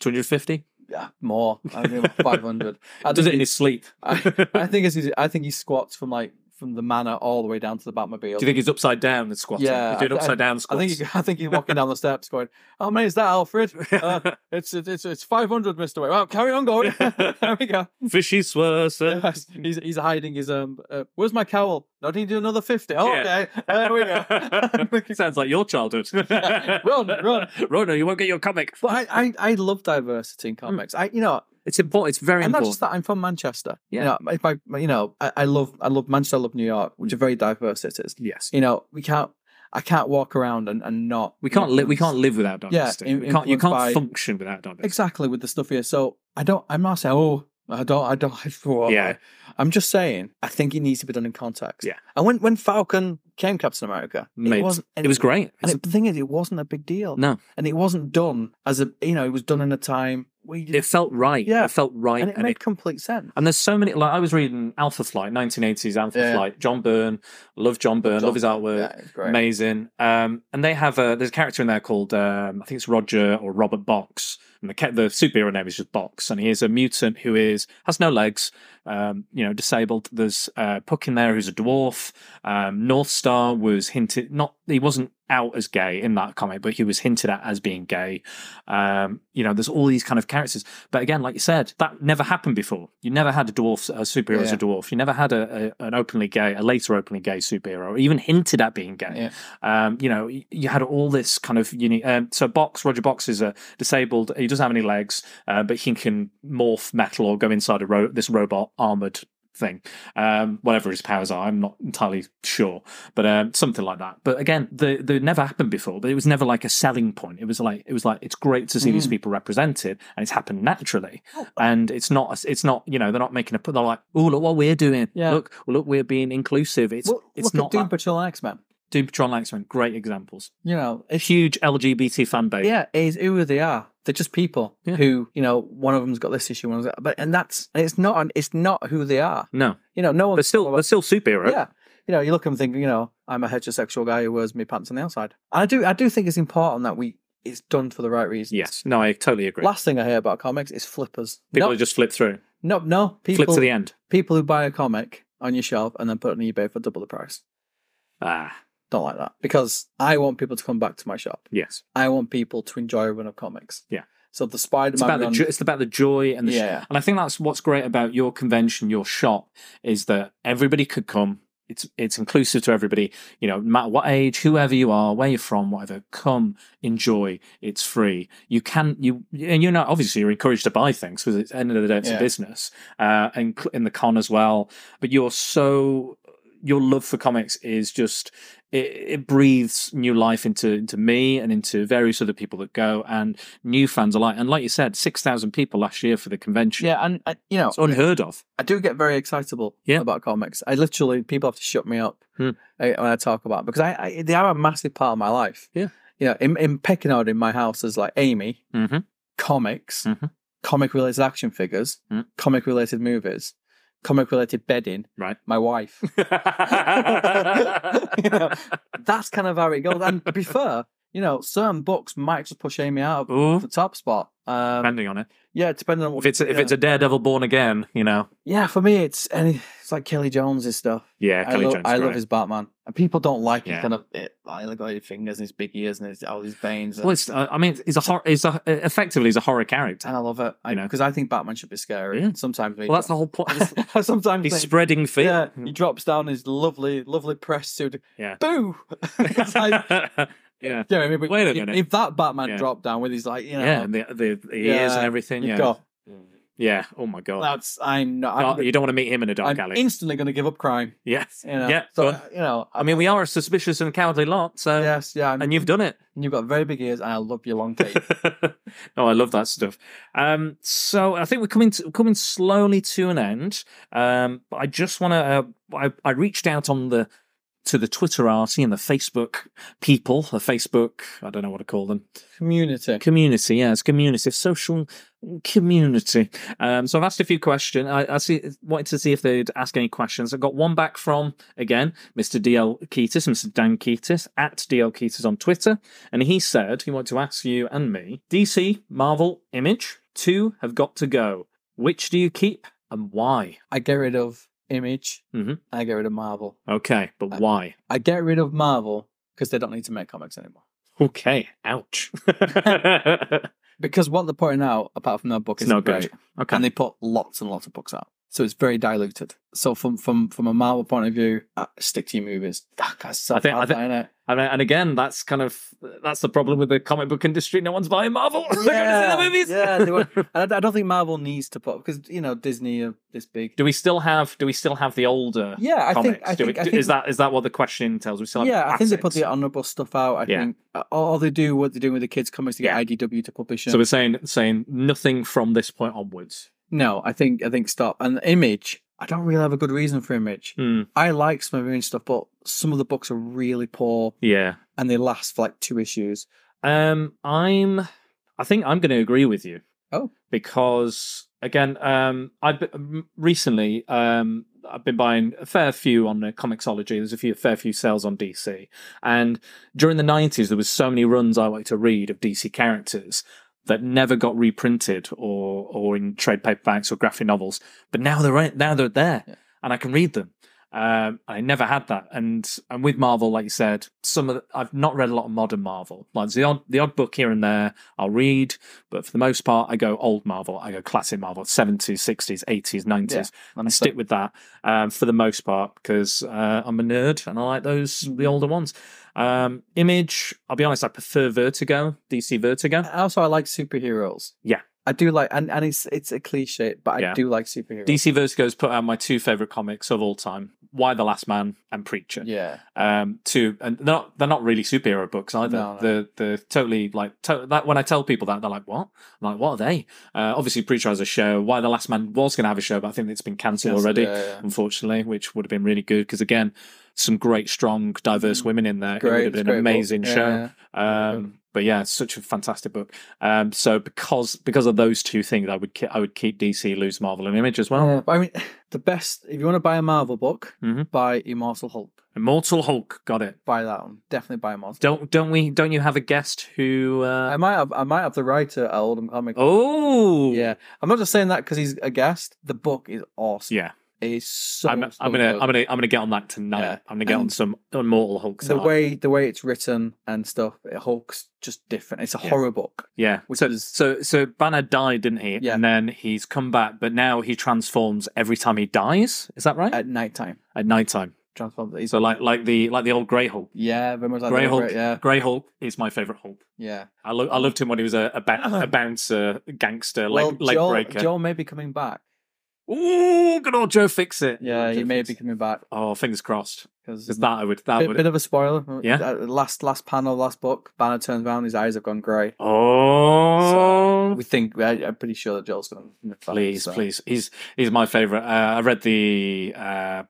E: Two hundred fifty.
F: Yeah, more. I think five hundred.
E: Does it in his sleep?
F: I, I think it's. I think he squats from like from the manor all the way down to the Batmobile.
E: Do you think he's upside down and squatting?
F: Yeah,
E: he's doing
F: I-
E: upside down
F: I
E: squats.
F: think he, I think he's walking down the steps going, "How many is that, Alfred? Uh, it's it's it's five hundred, Mister. Well, carry on going. there we go.
E: Fishy Swerson.
F: he's he's hiding his um. Uh, where's my cowl? No, I need to do another fifty. Oh,
E: Yeah.
F: okay, there we go.
E: Sounds like your childhood.
F: run, run.
E: Rona, you won't get your comic.
F: But I, I I love diversity in comics. I you know
E: It's important. It's Hmm. very
F: and not
E: important.
F: just that I'm from Manchester.
E: Yeah.
F: You know, if I, you know, I, I love I love Manchester, I love New York, which are very diverse cities.
E: Yes.
F: You know, we can't I can't walk around and, and not
E: We can't live. We can't live without diversity.
F: in-
E: we can't. You
F: influenced
E: can't
F: by-
E: function without diversity.
F: exactly with the stuff here. So I don't I'm not saying oh I don't I don't
E: Yeah.
F: I'm just saying I think it needs to be done in context.
E: Yeah.
F: And when when Falcon came Captain America,
E: Mate,
F: it wasn't
E: It was great.
F: And it, the thing is, it wasn't a big deal.
E: No.
F: and it wasn't done as a you know it was done in a time where you
E: It
F: didn't,
E: felt right.
F: Yeah.
E: It felt right.
F: and it made complete sense.
E: And there's so many. Like I was reading Alpha Flight, 1980s Alpha
F: Yeah.
E: Flight. John Byrne, love John Byrne, love his artwork,
F: Yeah, it's great.
E: amazing. Um, and they have a there's a character in there called um, I think it's Roger or Robert Box, and the ca- the superhero name is just Box, and he is a mutant who is has no legs, um, you know, disabled. There's uh, Puck in there who's a dwarf. Um, North Star was hinted not he wasn't out as gay in that comic, but he was hinted at as being gay. Um, you know, there's all these kind of characters. But again, like you said, that never happened before. You never had a dwarf, a superhero as a
F: Yeah.
E: dwarf. You never had a, a an openly gay, a later openly gay superhero, or even hinted at being gay. Um, you know, y- you had all this kind of unique. Um, so Box, Roger Box is a disabled. He doesn't have any legs, uh, but he can morph metal or go inside a ro- this robot armored thing um whatever his powers are i'm not entirely sure but um something like that but again the the never happened before but it was never like a selling point it was like it was like it's great to see
F: Mm.
E: these people represented and it's happened naturally
F: Oh.
E: and it's not it's not you know they're not making a put they're like oh look what we're doing
F: Yeah.
E: look well, look we're being inclusive it's
F: Well,
E: it's
F: look
E: not
F: at Doom
E: that.
F: Patrol X Men.
E: doom patrol and X-Men, great examples
F: You know,
E: a
F: it's,
E: huge lgbt fan base
F: yeah, it's who they are. They're just people
E: Yeah.
F: who, you know, one of them's got this issue, one of them's got, but and that's and it's not an- it's not who they are.
E: no
F: You know, no
E: they're
F: one's
E: still they're still superhero
F: yeah. You know, you look and think, you know, I'm a heterosexual guy who wears me pants on the outside. And I do, I do think it's important that we it's done for the right reasons.
E: yes no i totally agree
F: Last thing I hear about comics is flippers.
E: people
F: no,
E: just flip through
F: no, no, people,
E: flip to the end
F: people who buy a comic on your shelf and then put it on eBay for double the price.
E: ah
F: Don't like that because I want people to come back to my shop.
E: yes
F: I want people to enjoy a run of comics.
E: Yeah.
F: So the
E: It's
F: Spider-Man
E: about the
F: run,
E: jo- it's about the joy and the sh-
F: Yeah.
E: and I think that's what's great about your convention, your shop, is that everybody could come. It's it's inclusive to everybody. You know, no matter what age, whoever you are, where you're from, whatever, come enjoy. It's free. You can you and you know obviously you're encouraged to buy things because at the end of the day it's
F: Yeah.
E: a business uh, and cl- in the con as well. But you're so your love for comics is just it, it breathes new life into into me and into various other people that go and new fans alike. And like you said, six thousand people last year for the convention.
F: yeah, and I, you know,
E: It's unheard of.
F: I do get very excitable
E: uh, Yeah.
F: about comics. I literally people have to shut me up
E: Hmm.
F: eh, when I talk about it because I, I they are a massive part of my life.
E: Yeah.
F: you know, in, in pecking order in my house is like Amy,
E: Mhm.
F: comics,
E: Mhm.
F: comic related action figures,
E: Mm.
F: comic related movies, comic related bedding.
E: Right.
F: my wife. You know, that's kind of how it goes. And to be fair, you know, certain books might just push Amy out of
E: Ooh,
F: the top spot. Um,
E: depending on it.
F: yeah, depending on what
E: If it's a, if
F: yeah.
E: it's a Daredevil born again, you know.
F: yeah, for me, it's any it's like Kelly Jones's stuff.
E: Yeah,
F: I,
E: Kelly
F: love,
E: Jones.
F: I love
E: great.
F: his Batman. And people don't like
E: Yeah.
F: his kind of it, like, look at his fingers and his big ears and his, all his veins. And,
E: Well, it's, uh, I mean, he's a hor- he's a, effectively he's a horror character.
F: and I love it. I
E: you
F: know
E: know.
F: because I think Batman should be scary.
E: Yeah.
F: and Sometimes, he
E: Well, that's the whole point.
F: drops- sometimes
E: He's
F: they-
E: spreading fear.
F: yeah, he drops down his lovely, lovely press suit.
E: Yeah.
F: Boo! It's like,
E: Yeah.
F: Yeah, I mean, we-
E: Wait a
F: if-
E: minute.
F: If that Batman
E: Yeah.
F: dropped down with his like, you know,
E: Yeah, and the, the, the ears
F: Yeah,
E: and everything.
F: you
E: Yeah.
F: go,
E: Yeah. Oh my god.
F: that's I'm not.
E: Dark-
F: I'm,
E: you don't want to meet him in a dark
F: I'm
E: alley.
F: instantly going to give up crime.
E: yes.
F: You know?
E: Yeah.
F: So
E: go on. Uh,
F: you know,
E: I mean, we are a suspicious and cowardly lot. So,
F: yes, yeah, I'm-
E: and you've done it.
F: and you've got very big ears, and I love your long cape.
E: oh, I love that stuff. Um, so I think we're coming to, coming slowly to an end. Um, but I just want to. Uh, I, I reached out on the to the Twitterati and the Facebook people, the Facebook. I don't know what to call them.
F: Community.
E: Community, yes, community, social community. Um, so I've asked a few questions. I, I see, wanted to see if they'd ask any questions. I got one back from again, Mr. DL Keatis, Mr. Dan Keatis at DL Keatis on Twitter, and he said he wanted to ask you and me: DC, Marvel, Image, two have got to go. Which do you keep and why?
F: I get rid of Image.
E: Mhm.
F: I get rid of Marvel.
E: Okay, but why?
F: I get rid of Marvel because they don't need to make comics anymore.
E: Okay, ouch. it's
F: Because what they're putting out, apart from their book, is
E: not good. Okay,
F: and they put lots and lots of books out. So it's very diluted. So from from from a Marvel point of view, uh, stick to your movies. Ah, That's so
E: I think- I
F: bad,
E: think-
F: isn't it?
E: And, and again, that's kind of that's the problem with the comic book industry. No one's buying Marvel. They're going to see the movies.
F: yeah. They were, and I, I don't think Marvel needs to put because you know Disney are this big.
E: Do we still have? Do we still have the older
F: Yeah, I
E: comics?
F: think I
E: do
F: think,
E: we,
F: I think
E: is that is that what the question tells? We still have
F: yeah, I think they put
E: classics.
F: the honourable stuff out. I
E: Yeah.
F: think uh, all they do what they're doing with the kids comics to get
E: Yeah.
F: IDW to publish it.
E: So we're saying saying nothing from this point onwards.
F: no, I think I think stop and Image. I don't really have a good reason for Image.
E: Hmm,
F: I like some of Image stuff, but some of the books are really poor
E: yeah,
F: and they last for like two issues.
E: um, I'm. I think I'm going to agree with you.
F: Oh.
E: because again, um, I've been, m- recently um, I've been buying a fair few on uh, Comixology. There's a few fair few sales on DC, and during the 90s there was so many runs i like to read of dc characters that never got reprinted or or in trade paperbacks or graphic novels but now they're right, now they're there
F: Yeah.
E: and i can read them um, I never had that, and and with Marvel, like you said, some of the, I've not read a lot of modern Marvel. Like the odd the odd book here and there, I'll read, but for the most part, I go old Marvel. I go classic Marvel, seventies, sixties, eighties, nineties.
F: And
E: I
F: I
E: stick with that um, for the most part because uh, I'm a nerd and I like those the older ones. Um, Image, I'll be honest, I prefer Vertigo, DC Vertigo.
F: also I like superheroes.
E: Yeah.
F: I do like and, and it's it's a cliche, but I
E: Yeah.
F: do like superheroes.
E: DC Vertigo's put out my two favorite comics of all time: Why the Last Man and Preacher.
F: Yeah.
E: Um, two, and they're not they're not really superhero books either.
F: No, no.
E: They're they're totally like to- that. When I tell people that, they're like, "What?" I'm like, "What are they?" Uh, obviously, Preacher has a show. Why the Last Man was going to have a show, but I think it's been cancelled already.
F: Yeah, yeah.
E: unfortunately, which would have been really good because again, some great, strong, diverse women in there. it would
F: Mm. Great.
E: have
F: it's
E: been
F: great
E: an
F: book.
E: amazing
F: Yeah,
E: show.
F: yeah.
E: Um, but yeah, it's such a fantastic book. Um, so because because of those two things, I would ki- I would keep DC, lose Marvel, and Image as well.
F: Yeah, but I mean the best if you want to buy a Marvel book,
E: Mhm.
F: buy Immortal Hulk.
E: Immortal Hulk, got it.
F: Buy that one. Definitely buy Immortal
E: Don't don't we don't you have a guest who?
F: I
E: Uh...
F: might have I might have the writer at Oldham Comic.
E: Oh
F: Yeah. I'm not just saying that because he's a guest. The book is awesome.
E: yeah.
F: It is so
E: I'm,
F: so
E: I'm gonna
F: good.
E: I'm gonna I'm gonna get on that tonight.
F: Yeah.
E: I'm gonna get on
F: And
E: some Immortal Hulk.
F: the
E: stuff.
F: way the way it's written and stuff, it Hulk's just different. It's a
E: Yeah.
F: horror book.
E: Yeah.
F: which
E: so,
F: is-
E: so so Banner died, didn't he?
F: Yeah.
E: And then he's come back, but now he transforms every time he dies. Is that right? At,
F: At nighttime,
E: night time.
F: transforms. He's
E: So like like the like the old Grey Hulk.
F: Yeah, very much like
E: Grey
F: that,
E: Hulk.
F: right? Yeah,
E: Grey Hulk is my favorite Hulk.
F: yeah.
E: I, lo- I loved him when he was a a, ba- a bouncer gangster,
F: well,
E: leg, leg
F: Joel,
E: breaker.
F: Joel may be coming back.
E: Ooh, good old Joe fix it.
F: Yeah,
E: Joe
F: he may
E: Fix
F: be
E: It.
F: coming back
E: Oh, fingers crossed.
F: because
E: 'Cause that I would that
F: bit,
E: would.
F: bit of a spoiler.
E: Yeah.
F: Uh, last last panel, last book. Banner turns around, his eyes have gone grey.
E: Oh,
F: We think I, I'm pretty sure that Joel's going. to
E: Please, please. He's he's my favorite. Uh, I read the uh,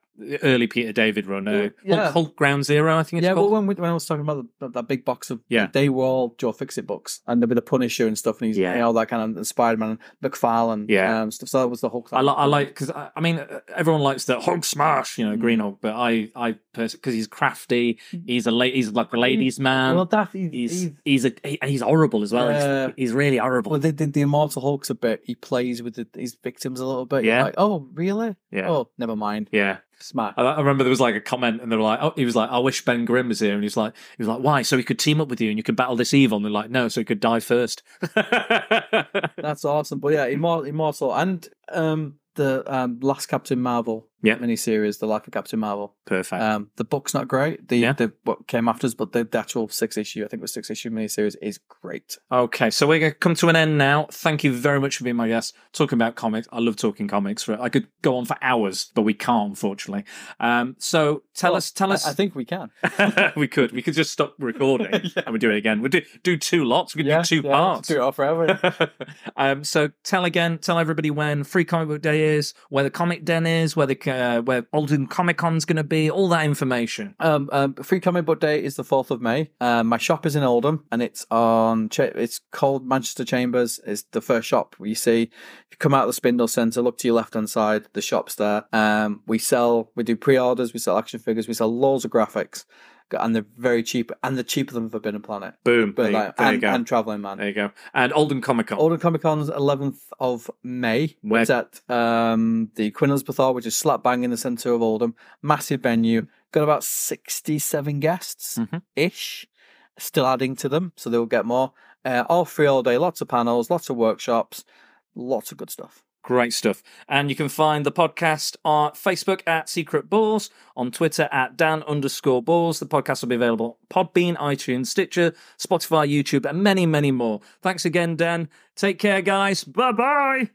E: early Peter David run, uh, Hulk-
F: Yeah.
E: Hulk, Ground Zero, I think it's
F: Yeah, well,
E: called.
F: when, we, when I was talking about the, that big box of
E: Yeah.
F: they were all Joe Fixit books, and there'd be the Punisher and stuff, and he's
E: Yeah.
F: yeah. all that kind of Spider Man, McFarlane,
E: Yeah.
F: um, stuff. So that was the Hulk.
E: I, li- I like because I, I mean uh, everyone likes the Hulk Smash, you know,
F: Mm.
E: Green Hulk, but I I because he's crafty, he's a la- he's like a ladies man,
F: well, that he-
E: he's
F: he-
E: he's a he, and he's horrible as well. He's-
F: Yeah.
E: he's, really horrible.
F: Well, the, the, the Immortal Hulk's a bit. He plays with the, his victims a little bit. You're
E: Yeah.
F: Like, oh, really?
E: yeah,
F: Oh, never mind.
E: yeah.
F: Smart.
E: I, I remember there was like a comment, and they were like, "Oh, he was like, I wish Ben Grimm was here," and he's like, "He was like, why? So he could team up with you and you could battle this evil." And they're like, "No, so he could die first.
F: That's awesome. But yeah, Immortal, Immortal and um, the um, last Captain Marvel.
E: Yeah.
F: miniseries, The Life of Captain Marvel.
E: Perfect.
F: Um, the book's not great. The,
E: Yeah.
F: the what came after us, but the, the actual six issue, I think it was six issue miniseries, is great.
E: Okay, so we're going to come to an end now. Thank you very much for being my guest. Talking about comics, I love talking comics. For I could go on for hours, but we can't, unfortunately. Um, so tell
F: Well,
E: us, tell
F: I-
E: us.
F: I, think we can.
E: we could, we could just stop recording
F: Yeah.
E: and we do it again. We do do two lots. We could
F: Yeah,
E: do two
F: yeah,
E: parts.
F: Do it all forever.
E: um, so tell again, tell everybody when Free Comic Book Day is, where the Comic Den is, where the uh, where Alden Comic Con's going to be, all that information.
F: Um, um, Free Comic Book Day is the fourth of May. Um, my shop is in Oldham, and it's on. Cha- it's called Manchester Chambers. It's the first shop you see. If you come out of the Spindle Centre, look to your left hand side. The shop's there. Um, we sell. We do pre-orders. We sell action figures. We sell loads of graphics, and they're very cheap, and they're cheaper than for Bin and Planet.
E: Boom.
F: But
E: there,
F: like,
E: there you
F: and,
E: go.
F: and Traveling Man.
E: there you go. And Alden Comic Con.
F: Oldham Comic Con's 11th of May.
E: Where-
F: It's at um, the Queen Elizabeth Hall, which is slap bang in the centre of Oldham. Massive venue. Got about 67 guests
E: Mhm.
F: ish. Still adding to them, so they'll get more. Uh, all free all day. Lots of panels, lots of workshops, lots of good stuff.
E: Great stuff. And you can find the podcast on Facebook at Secret Balls, on Twitter at Dan underscore Balls. The podcast will be available on Podbean, iTunes, Stitcher, Spotify, YouTube, and many, many more. Thanks again, Dan. Take care, guys. Bye bye.